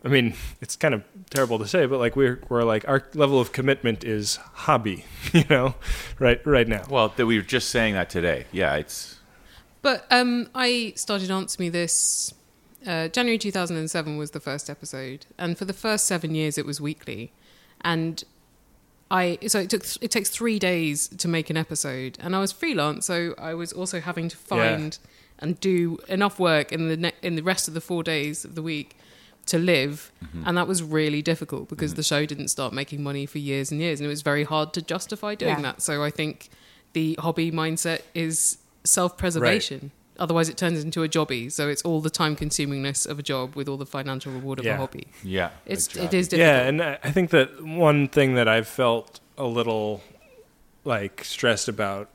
Speaker 3: I mean, it's kind of terrible to say, but like we're we're like our level of commitment is hobby, you know, right right now.
Speaker 2: well, that we were just saying that today. Yeah, it's
Speaker 5: But um, I started Answer Me This. Uh, January 2007 was the first episode. And for the first seven years, it was weekly. And I, so it took, it takes three days to make an episode. And I was freelance, so I was also having to find and do enough work in the, ne- in the rest of the four days of the week to live. And that was really difficult because the show didn't start making money for years and years. And it was very hard to justify doing
Speaker 4: Yeah.
Speaker 5: that. So I think the hobby mindset is self preservation. Otherwise, it turns into a jobby. So it's all the time consumingness of a job with all the financial reward of
Speaker 3: Yeah.
Speaker 5: a hobby.
Speaker 2: yeah.
Speaker 5: It's
Speaker 2: Good job.
Speaker 5: it is difficult.
Speaker 3: Yeah, and I I think that one thing that I've felt a little like stressed about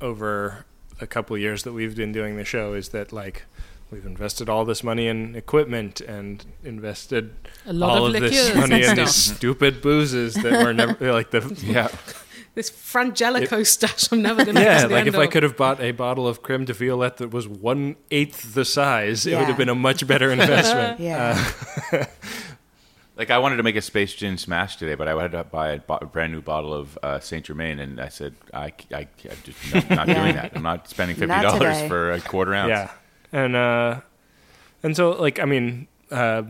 Speaker 3: over a couple of years that we've been doing the show is that like we've invested all this money in equipment and invested
Speaker 5: A lot
Speaker 3: all
Speaker 5: of
Speaker 3: of, this
Speaker 5: liqueurs
Speaker 3: money
Speaker 5: and
Speaker 3: in these
Speaker 5: stuff.
Speaker 3: stupid boozes that were never like the
Speaker 2: Yeah.
Speaker 5: this Frangelico stash I'm never going to
Speaker 3: yeah
Speaker 5: to the
Speaker 3: like
Speaker 5: end
Speaker 3: if I
Speaker 5: of.
Speaker 3: could have bought a bottle of creme de violette that was one eighth the size it would
Speaker 4: Yeah.
Speaker 3: have been a much better investment
Speaker 4: yeah
Speaker 2: Like I wanted to make a space gin smash today, but I had to buy a, bo- a brand new bottle of uh, Saint Germain, and I said, I, c- I, c- I'm just no, not
Speaker 4: Yeah.
Speaker 2: doing that. I'm not spending fifty
Speaker 4: Not
Speaker 2: dollars
Speaker 4: today.
Speaker 2: for a quarter ounce.
Speaker 3: Yeah, and uh, and so like I mean, uh,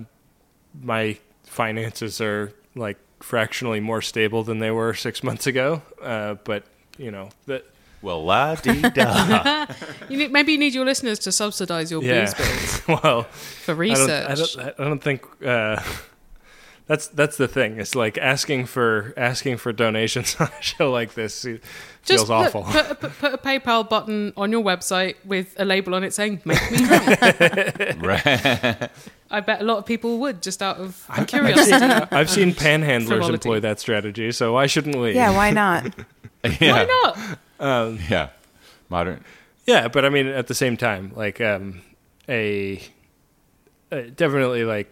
Speaker 3: my finances are like fractionally more stable than they were six months ago. Uh, but you know that
Speaker 2: Well, la dee da.
Speaker 5: you need, maybe you need your listeners to subsidise your
Speaker 3: yeah.
Speaker 5: booze bill
Speaker 3: well,
Speaker 5: for
Speaker 3: I
Speaker 5: research.
Speaker 3: don't, I don't I don't think. Uh, That's that's the thing. It's like asking for asking for donations on a show like this feels
Speaker 5: Just put,
Speaker 3: awful.
Speaker 5: Put, a- put, put a PayPal button on your website with a label on it saying "Make me." drink."
Speaker 2: right.
Speaker 5: I bet a lot of people would just out of
Speaker 3: I've seen,
Speaker 5: curiosity.
Speaker 3: I've seen panhandlers
Speaker 5: Frivolity.
Speaker 3: employ that strategy, so why shouldn't we?
Speaker 4: yeah why not
Speaker 2: Yeah.
Speaker 5: Why not?
Speaker 2: Yeah. Modern.
Speaker 3: Yeah, but I mean, at the same time, like um, a, a definitely like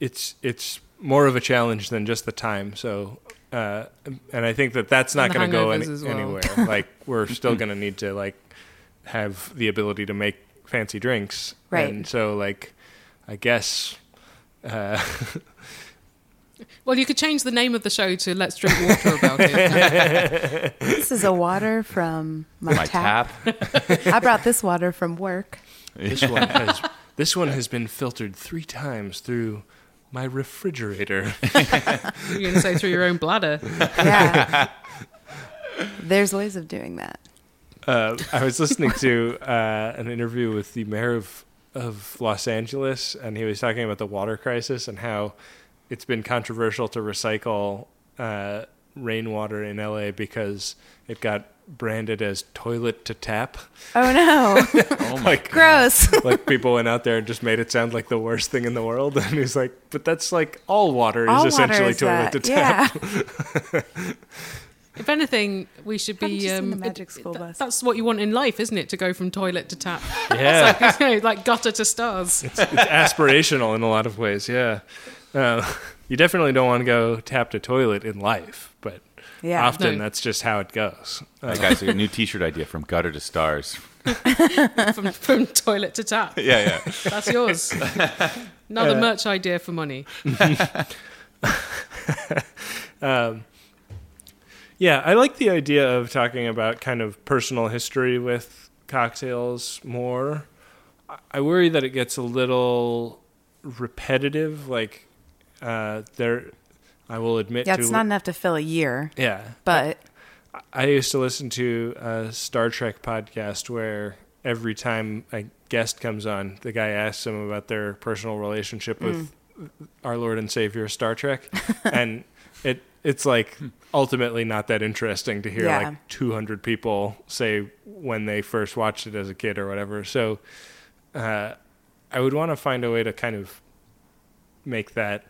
Speaker 3: it's it's more of a challenge than just the time. So, uh, and I think that that's not
Speaker 5: And the
Speaker 3: going to go any,
Speaker 5: hangovers as well.
Speaker 3: anywhere. Like we're still going to need to like have the ability to make fancy drinks,
Speaker 4: Right.
Speaker 3: And so, like, I guess. Uh,
Speaker 5: Well, you could change the name of the show to "Let's Drink Water About It."
Speaker 4: this is a water from my,
Speaker 2: My
Speaker 4: tap.
Speaker 2: tap.
Speaker 4: i brought this water from work
Speaker 3: this one has this one has been filtered three times through my refrigerator.
Speaker 5: You're going to say through your own bladder.
Speaker 4: yeah there's ways of doing that
Speaker 3: uh, I was listening to uh, an interview with the mayor of of Los Angeles, and he was talking about the water crisis and how it's been controversial to recycle uh, rainwater in LA because it got branded as toilet to tap.
Speaker 4: Oh no,
Speaker 2: Oh my
Speaker 3: Like
Speaker 4: gross.
Speaker 3: like people went out there and just made it sound like the worst thing in the world. And he's like, but that's like all water is
Speaker 4: All
Speaker 3: essentially
Speaker 4: water is
Speaker 3: toilet
Speaker 4: that.
Speaker 3: to tap.
Speaker 4: yeah.
Speaker 5: If anything, we should
Speaker 4: Haven't
Speaker 5: be.
Speaker 4: you seen
Speaker 5: Um,
Speaker 4: the Magic School
Speaker 5: th-
Speaker 4: Bus?
Speaker 5: That's what you want in life, isn't it? To go from toilet to tap.
Speaker 3: Yeah.
Speaker 5: It's like, you know, like gutter to stars.
Speaker 3: it's aspirational in a lot of ways. Yeah, uh, you definitely don't want to go tap to toilet in life, but
Speaker 4: Yeah.
Speaker 3: often
Speaker 5: No.
Speaker 3: that's just how it goes.
Speaker 2: I got a new T-shirt idea from gutter to stars.
Speaker 5: From, from toilet to tap.
Speaker 2: Yeah, yeah.
Speaker 5: That's yours. Another merch idea for money.
Speaker 3: Yeah, I like the idea of talking about kind of personal history with cocktails more. I- I worry that it gets a little repetitive. Like uh, there, I will admit
Speaker 4: yeah,
Speaker 3: to
Speaker 4: it's not enough to fill a year,
Speaker 3: yeah.
Speaker 4: but
Speaker 3: I used to listen to a Star Trek podcast where every time a guest comes on, the guy asks them about their personal relationship with our Lord and Savior Star Trek, and it it's like ultimately not that interesting to hear
Speaker 4: Yeah.
Speaker 3: like 200 people say when they first watched it as a kid or whatever. So uh, I would want to find a way to kind of make that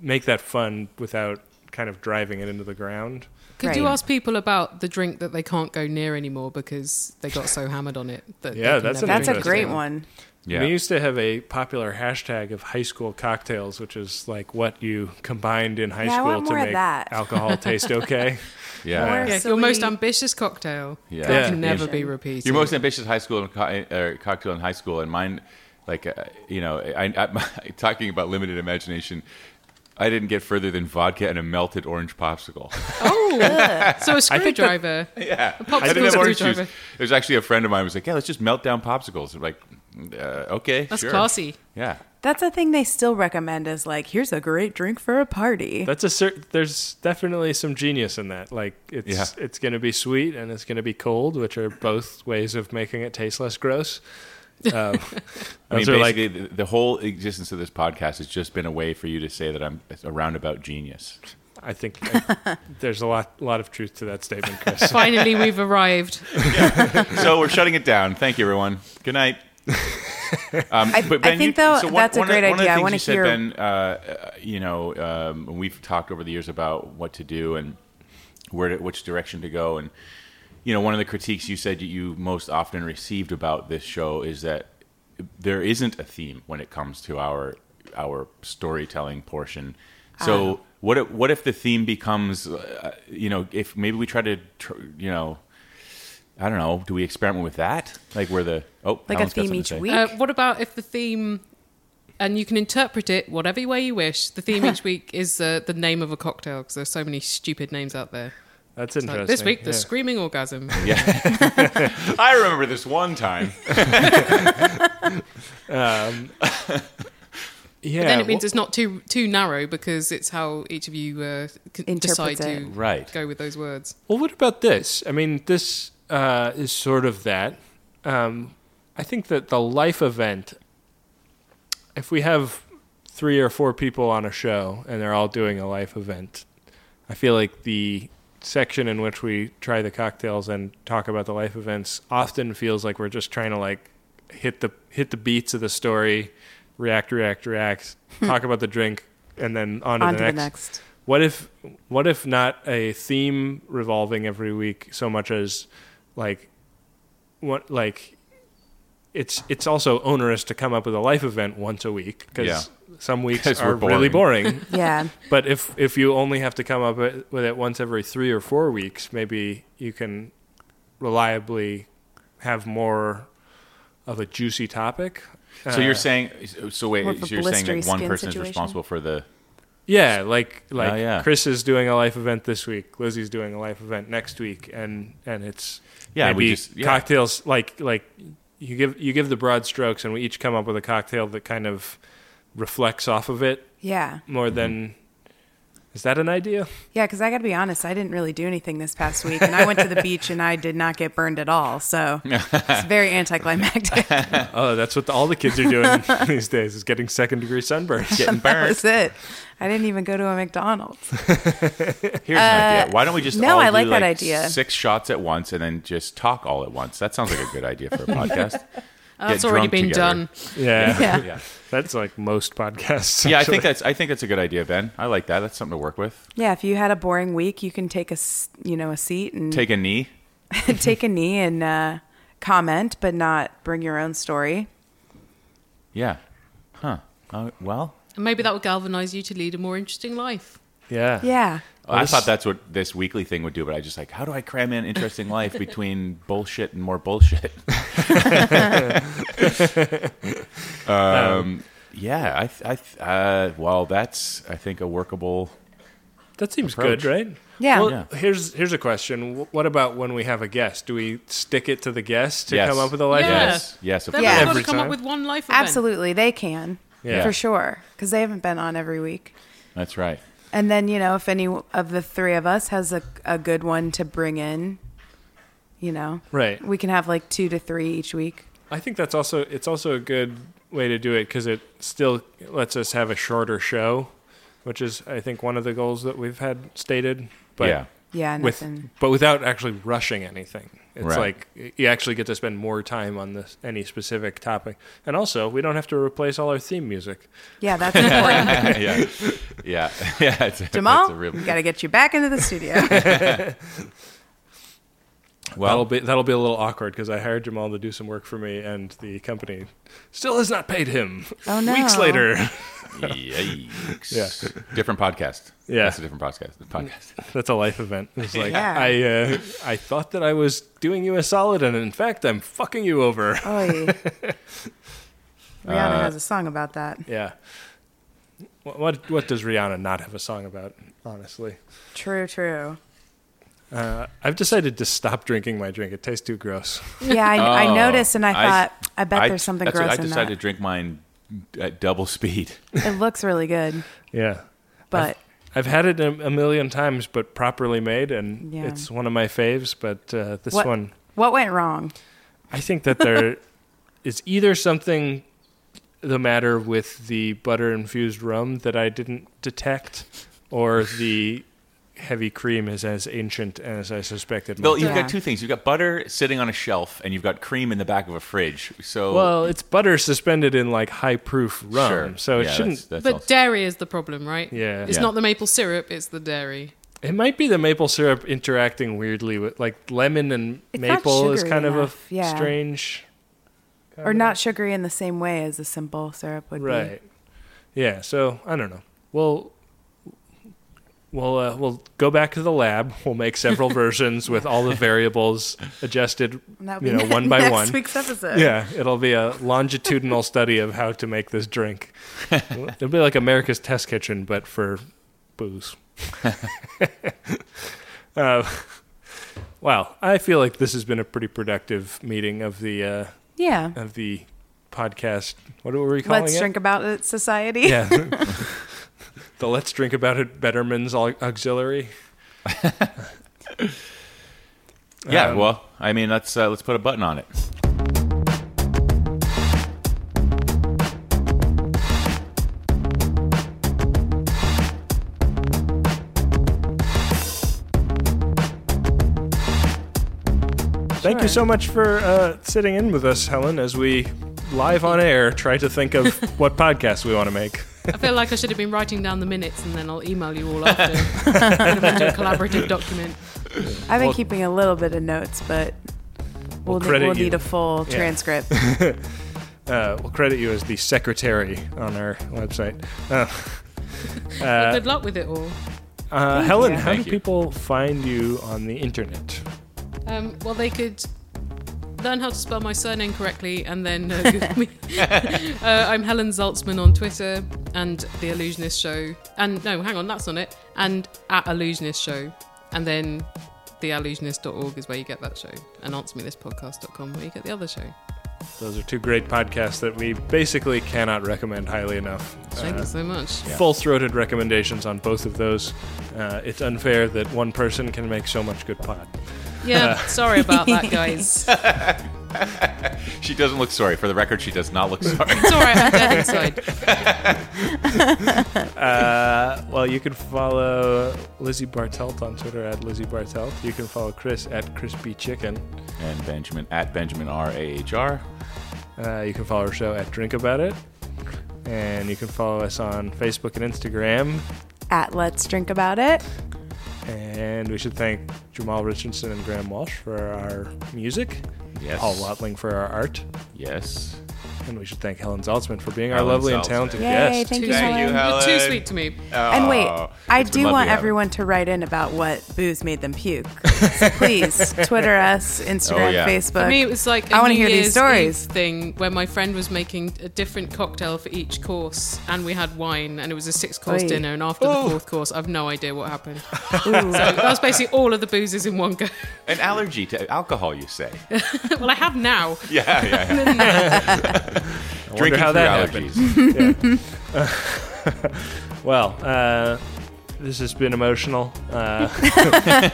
Speaker 3: make that fun without kind of driving it into the ground.
Speaker 5: Could you
Speaker 4: Right.
Speaker 5: ask people about the drink that they can't go near anymore because they got so hammered on it? That they
Speaker 3: Yeah,
Speaker 5: can
Speaker 3: that's
Speaker 5: never
Speaker 3: an
Speaker 4: that's
Speaker 5: drink
Speaker 4: a
Speaker 5: it
Speaker 4: great
Speaker 5: again?
Speaker 4: one.
Speaker 2: Yeah.
Speaker 3: We used to have a popular hashtag of high school cocktails, which is like what you combined in high
Speaker 4: Yeah, I
Speaker 3: school
Speaker 4: want
Speaker 3: to
Speaker 4: more of
Speaker 3: make
Speaker 4: that.
Speaker 3: alcohol taste okay.
Speaker 2: Yeah.
Speaker 4: Or
Speaker 5: Yeah, your
Speaker 4: silly-
Speaker 5: most ambitious cocktail
Speaker 2: Yeah.
Speaker 5: that
Speaker 3: Yeah.
Speaker 5: can never be
Speaker 4: Your
Speaker 5: repeated.
Speaker 2: Your most ambitious high school co- uh, cocktail in high school, and mine, like uh, you know, I, I, talking about limited imagination. I didn't get further than vodka and a melted orange popsicle.
Speaker 5: oh, so a
Speaker 3: think that-
Speaker 5: screwdriver,
Speaker 2: yeah,
Speaker 5: a popsicle
Speaker 2: I didn't have orange juice.
Speaker 5: screwdriver.
Speaker 2: There's actually a friend of mine who was like, "Yeah, let's just melt down popsicles." I'm like, uh, okay,
Speaker 5: That's
Speaker 2: sure.
Speaker 5: classy.
Speaker 2: Yeah,
Speaker 4: That's a thing they still recommend as like, here's a great drink for a party.
Speaker 3: That's a cer- there's definitely some genius in that. Like it's
Speaker 2: Yeah.
Speaker 3: it's going to be sweet and it's going to be cold, which are both ways of making it taste less gross. Um,
Speaker 2: I mean,
Speaker 3: those are like
Speaker 2: basically, the, the whole existence of this podcast has just been a way for you to say that I'm a roundabout genius.
Speaker 3: I think I, there's a lot lot of truth to that statement, Chris.
Speaker 5: Finally, we've arrived.
Speaker 2: so we're shutting it down. Thank you, everyone. Good night. Um,
Speaker 4: I- I think, though, that's a
Speaker 2: of the-
Speaker 4: great
Speaker 2: one
Speaker 4: idea. I
Speaker 2: Of the
Speaker 4: wanna
Speaker 2: things you
Speaker 4: hear-
Speaker 2: said, Ben, uh, uh, you know, um, and we've talked over the years about what to do and where, to, which direction to go, and you know, one of the critiques you said you most often received about this show is that there isn't a theme when it comes to our our storytelling portion. So what if, what if the theme becomes, uh, you know, if maybe we try to, tr- you know, I don't know, do we experiment with that? Like where the oh,
Speaker 4: Like a
Speaker 2: Alan's got
Speaker 4: theme
Speaker 2: something to
Speaker 4: each
Speaker 2: say.
Speaker 4: week.
Speaker 5: Uh, what about if the theme, and you can interpret it whatever way you wish, the theme each week is uh, the name of a cocktail because there's so many stupid names out there.
Speaker 3: That's
Speaker 5: Like,
Speaker 3: interesting.
Speaker 5: this week, the
Speaker 3: yeah.
Speaker 5: screaming orgasm.
Speaker 2: I remember this one time.
Speaker 3: yeah,
Speaker 5: But then it
Speaker 3: well-
Speaker 5: means it's not too too narrow because it's how each of you uh, c-
Speaker 4: Interprets
Speaker 5: decide to
Speaker 4: it.
Speaker 2: Right.
Speaker 5: go with those words.
Speaker 3: Well, what about this? I mean, this uh, is sort of that. Um, I think that the life event, if we have three or four people on a show and they're all doing a life event, I feel like the section in which we try the cocktails and talk about the life events often feels like we're just trying to like hit the hit the beats of the story, react, react, react, talk about the drink, and then on to
Speaker 4: On
Speaker 3: the
Speaker 4: to the
Speaker 3: next.
Speaker 4: next.
Speaker 3: What if what if not a theme revolving every week so much as like what like it's it's also onerous to come up with a life event once a week because
Speaker 2: Yeah.
Speaker 3: some weeks
Speaker 2: 'Cause
Speaker 3: are
Speaker 2: we're
Speaker 3: really boring.
Speaker 4: Yeah.
Speaker 3: but if if you only have to come up with with it once every three or four weeks, maybe you can reliably have more of a juicy topic.
Speaker 2: So you're saying, so
Speaker 4: More
Speaker 2: wait,
Speaker 4: of a
Speaker 2: so you're saying
Speaker 4: blistery
Speaker 2: that one
Speaker 4: skin
Speaker 2: person is
Speaker 4: situation.
Speaker 2: responsible for the.
Speaker 3: Yeah, like like
Speaker 2: Oh, yeah.
Speaker 3: Chris is doing a life event this week. Lizzie's doing a life event next week, and and it's
Speaker 2: Yeah, we
Speaker 3: maybe
Speaker 2: just- yeah.
Speaker 3: cocktails like like you give you give the broad strokes, and we each come up
Speaker 2: Mm-hmm.
Speaker 3: with a cocktail that kind of reflects off of it
Speaker 4: Yeah.
Speaker 3: more than Is that an idea?
Speaker 4: Yeah, because I got to be honest, I didn't really do anything this past week, and I went to the beach and I did not get burned at all. So it's very anticlimactic. that
Speaker 3: Oh, that's what all the kids are doing these days is getting second degree sunburns.
Speaker 2: Getting burned.
Speaker 4: was it. I didn't even go to a McDonald's.
Speaker 2: Here's an idea. Why don't we just
Speaker 4: no,
Speaker 2: all
Speaker 4: I
Speaker 2: do,
Speaker 4: like that idea.
Speaker 2: Six shots at once, and then just talk all at once. That sounds like a good idea for a podcast. Get
Speaker 5: That's already
Speaker 2: drunk
Speaker 5: been
Speaker 2: together.
Speaker 5: done.
Speaker 3: Yeah.
Speaker 4: Yeah.
Speaker 2: Yeah,
Speaker 3: That's like most podcasts.
Speaker 2: yeah. I think
Speaker 3: actually.
Speaker 2: that's I think that's a good idea, Ben. I like that. That's something to work with.
Speaker 4: Yeah, if you had a boring week, you can take a s- you know a seat and
Speaker 2: Take a knee.
Speaker 4: take a knee and uh, comment, but not bring your own story.
Speaker 2: Yeah. Huh. Uh, well,
Speaker 5: And maybe that will galvanize you to lead a more interesting life.
Speaker 3: Yeah.
Speaker 4: Yeah,
Speaker 2: I thought that's what this weekly thing would do, but I just like, how do I cram in interesting life between bullshit and more bullshit? um, yeah, I, th- I, th- uh, well, that's I think a workable.
Speaker 3: That seems
Speaker 2: approach.
Speaker 3: good, right?
Speaker 4: Yeah.
Speaker 3: Well,
Speaker 2: Yeah.
Speaker 3: here's here's a question. Wh- What about when we have a guest? Do we stick it to the guest to
Speaker 2: Yes.
Speaker 3: come up with a life?
Speaker 5: Yeah.
Speaker 2: Yes, yes, of
Speaker 5: Then
Speaker 4: Yeah.
Speaker 5: we've got
Speaker 3: Every
Speaker 5: to come
Speaker 3: time.
Speaker 5: up with one life event.
Speaker 4: absolutely, they can
Speaker 3: Yeah.
Speaker 4: for sure because they haven't been on every week.
Speaker 2: That's right.
Speaker 4: And then you know, if any of the three of us has a a good one to bring in, you know,
Speaker 3: Right.
Speaker 4: we can have like two to three each week.
Speaker 3: I think that's also it's also a good way to do it because it still lets us have a shorter show, which is I think one of the goals that we've had stated. But
Speaker 2: Yeah.
Speaker 4: Yeah,
Speaker 3: with
Speaker 4: nothing.
Speaker 3: but without actually rushing anything. It's
Speaker 2: Right.
Speaker 3: like y- you actually get to spend more time on this any specific topic, and also we don't have to replace all our theme music.
Speaker 4: yeah, that's important.
Speaker 2: yeah, yeah, yeah. It's,
Speaker 4: Jamal,
Speaker 2: it's a real,
Speaker 4: we got to get you back into the studio.
Speaker 3: That'll
Speaker 2: well,
Speaker 3: be that'll be a little awkward because I hired Jamal to do some work for me, and the company still has not paid him.
Speaker 4: Oh, no.
Speaker 3: Weeks later,
Speaker 2: yikes. Different podcast.
Speaker 3: Yeah.
Speaker 2: that's a different podcast. Podcast.
Speaker 3: that's a life event. It's like
Speaker 4: Yeah.
Speaker 3: I uh, I thought that I was doing you a solid, and in fact, I'm fucking you over.
Speaker 4: Oy.
Speaker 3: Uh,
Speaker 4: Rihanna has a song about that.
Speaker 3: Yeah. What, what what does Rihanna not have a song about? Honestly,
Speaker 4: True, true.
Speaker 3: uh, I've decided to stop drinking my drink. It tastes too gross.
Speaker 4: Yeah, I, I
Speaker 2: Oh,
Speaker 4: noticed and I thought, I, bet
Speaker 2: I-
Speaker 4: there's something
Speaker 2: that's what-
Speaker 4: gross
Speaker 2: I
Speaker 4: in
Speaker 2: decided to
Speaker 4: that.
Speaker 2: drink mine at double speed.
Speaker 4: It looks really good,
Speaker 3: Yeah.
Speaker 4: but
Speaker 3: I've had it a, a million times, but properly made, and
Speaker 4: Yeah.
Speaker 3: it's one of my faves. But uh, this
Speaker 4: what,
Speaker 3: one,
Speaker 4: what went wrong?
Speaker 3: I think that there is either something the matter with the butter infused rum that I didn't detect, or the heavy cream is as ancient as I suspected.
Speaker 2: Well,
Speaker 3: might
Speaker 2: you've
Speaker 4: Yeah.
Speaker 2: got two things. You've got butter sitting on a shelf, and you've got cream in the back of a fridge. So,
Speaker 3: be. well, it's butter suspended in like high proof rum,
Speaker 2: sure.
Speaker 3: so it
Speaker 2: Yeah,
Speaker 3: shouldn't.
Speaker 2: That's, that's
Speaker 5: But
Speaker 2: also-
Speaker 5: dairy is the problem, right?
Speaker 3: Yeah.
Speaker 5: It's
Speaker 2: Yeah.
Speaker 5: not the maple syrup, it's the dairy.
Speaker 3: It might be the maple syrup interacting weirdly with like lemon and
Speaker 4: It's not
Speaker 3: maple is
Speaker 4: sugary
Speaker 3: kind of a
Speaker 4: enough, yeah.
Speaker 3: strange.
Speaker 4: Or not sugary in the same way as a simple syrup would
Speaker 3: Right. Yeah. So I don't know. We'll we'll uh, we'll go back to the lab. We'll make several versions with all the variables adjusted.
Speaker 4: be. That would
Speaker 3: You
Speaker 4: be
Speaker 3: know, one by
Speaker 4: next
Speaker 3: one.
Speaker 4: week's episode.
Speaker 3: Yeah, it'll be a longitudinal study of how to make this drink. It'll be like America's Test Kitchen, but for booze. uh, wow, I feel like this has been a pretty productive meeting of the uh,
Speaker 4: Yeah.
Speaker 3: of the podcast. What were we calling
Speaker 4: Let's
Speaker 3: it?
Speaker 4: drink about it, society.
Speaker 3: Yeah. the Let's Drink About It Betterman's au- Auxiliary.
Speaker 2: yeah.
Speaker 3: um,
Speaker 2: well, I mean, let's uh, let's put a button on it.
Speaker 3: Thank you so much for uh, sitting in with us, Helen, as we live on air try to think of what podcast we want to make.
Speaker 5: I feel like I should have been writing down the minutes and then I'll email you all after. Kind of into a collaborative document.
Speaker 4: I've been
Speaker 3: Well-
Speaker 4: keeping a little bit of notes, but we'll, need,
Speaker 3: credit
Speaker 4: we'll
Speaker 3: you.
Speaker 4: need a full
Speaker 3: Yeah.
Speaker 4: transcript.
Speaker 3: Uh, we'll credit you as the secretary on our website. Uh,
Speaker 5: Well, good luck with it all.
Speaker 3: uh, Helen,
Speaker 4: you.
Speaker 3: how
Speaker 2: Thank
Speaker 3: do
Speaker 2: you.
Speaker 3: people find you on the internet?
Speaker 5: Um, well, they could learn how to spell my surname correctly and then uh, Google me. uh, I'm Helen Zaltzman on Twitter and The Illusionist Show. And no, hang on, that's on it. And at Illusionist Show. And then theillusionist.org is where you get that show. And answermethispodcast.com where you get the other show.
Speaker 3: Those are two great podcasts that we basically cannot recommend highly enough. Uh,
Speaker 5: Thank you so much.
Speaker 3: Full throated recommendations on both of those. Uh, it's unfair that one person can make so much good pod.
Speaker 5: Yeah, sorry about that, guys. it's
Speaker 2: She doesn't look sorry. For the record, she does not look sorry.
Speaker 5: all right. I'm dead inside.
Speaker 3: Uh, Well, you can follow Lizzie Bartelt on Twitter at Lizzie Bartelt. You can follow Chris at Crispy Chicken.
Speaker 2: and Benjamin at Benjamin R A H R.
Speaker 3: Uh, you can follow our show at Drink About It. And you can follow us on Facebook and Instagram.
Speaker 4: At Let's Drink About It.
Speaker 3: And we should thank Jamal Richardson and Graham Walsh for our music,
Speaker 2: Yes.
Speaker 3: Paul Watling for our art,
Speaker 2: Yes.
Speaker 3: and we should thank Helen Zaltzman for being our
Speaker 2: Helen
Speaker 3: lovely and
Speaker 2: Zaltzman.
Speaker 3: talented
Speaker 4: Yay,
Speaker 3: guest.
Speaker 4: thank you,
Speaker 2: Thank
Speaker 4: Helen. Uh,
Speaker 2: you, Helen.
Speaker 5: You're too sweet to me.
Speaker 4: And wait,
Speaker 2: Oh,
Speaker 4: I
Speaker 2: it's been
Speaker 4: do
Speaker 2: lovely
Speaker 4: want
Speaker 2: having-
Speaker 4: everyone to write in about what booze made them puke. So please, Twitter us, Instagram,
Speaker 2: Oh, yeah.
Speaker 4: Facebook.
Speaker 5: For me, it was like a
Speaker 4: I wanna
Speaker 5: New
Speaker 4: hear these
Speaker 5: Year's
Speaker 4: stories.
Speaker 5: Eve thing where my friend was making a different cocktail for each course, and we had wine, and it was a six-course
Speaker 4: Oy.
Speaker 5: dinner. And after
Speaker 4: Oh.
Speaker 5: the fourth course, I've no idea what happened. So that was basically all of the boozes in one go.
Speaker 2: An allergy to alcohol, you say? Yeah,
Speaker 5: well, I have now.
Speaker 2: yeah, yeah. Drinking
Speaker 3: how
Speaker 2: through
Speaker 3: that
Speaker 2: allergies.
Speaker 3: Well, uh, this has been emotional. Uh,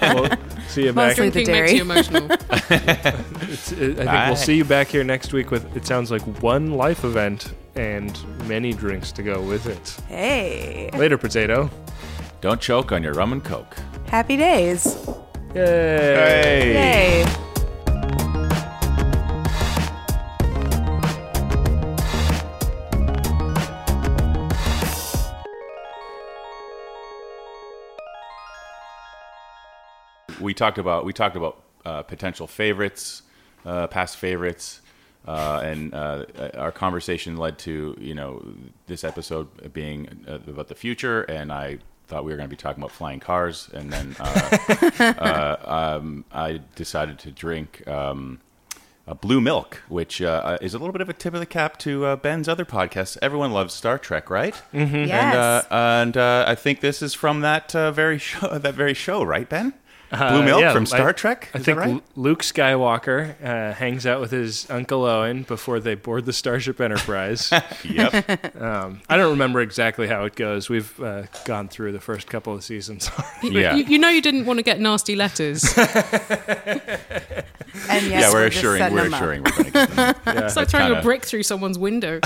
Speaker 3: we'll see you back.
Speaker 4: Mostly-
Speaker 5: Drinking
Speaker 4: the
Speaker 5: makes
Speaker 4: dairy.
Speaker 5: you emotional.
Speaker 3: It's, uh, I think
Speaker 2: Bye.
Speaker 3: we'll see you back here next week with, it sounds like, one life event and many drinks to go with it.
Speaker 4: Hey,
Speaker 3: Later, potato.
Speaker 2: Don't choke on your rum and coke.
Speaker 4: happy days.
Speaker 3: Yay. Uh,
Speaker 4: Yay.
Speaker 2: we talked about we talked about uh, potential favorites, uh, past favorites, uh, and uh, our conversation led to you know this episode being uh, about the future, and I thought we were going to be talking about flying cars, and then uh, uh, um, I decided to drink. Um, uh, Blue Milk, which uh, is a little bit of a tip of the cap to uh, Ben's other podcasts. Everyone loves Star Trek, right? Mm-hmm.
Speaker 4: Yes.
Speaker 2: And, uh, and uh, I think this is from that uh, very show, that very show, right, Ben? Blue
Speaker 3: Uh,
Speaker 2: Milk
Speaker 3: yeah,
Speaker 2: from Star
Speaker 3: I-
Speaker 2: Trek.
Speaker 3: I
Speaker 2: Is
Speaker 3: think
Speaker 2: that right?
Speaker 3: Lu- Luke Skywalker uh, hangs out with his uncle Owen before they board the Starship Enterprise.
Speaker 2: yep.
Speaker 3: I don't remember exactly how it goes. We've uh, gone through the first couple of seasons.
Speaker 2: Yeah.
Speaker 5: You, you know you didn't want to get nasty letters.
Speaker 4: And yes,
Speaker 2: yeah, we're
Speaker 4: just
Speaker 2: assuring.
Speaker 4: setting
Speaker 2: We're
Speaker 4: them up.
Speaker 2: assuring. We're going to
Speaker 5: It's like throwing
Speaker 2: kinda-
Speaker 5: a brick through someone's window.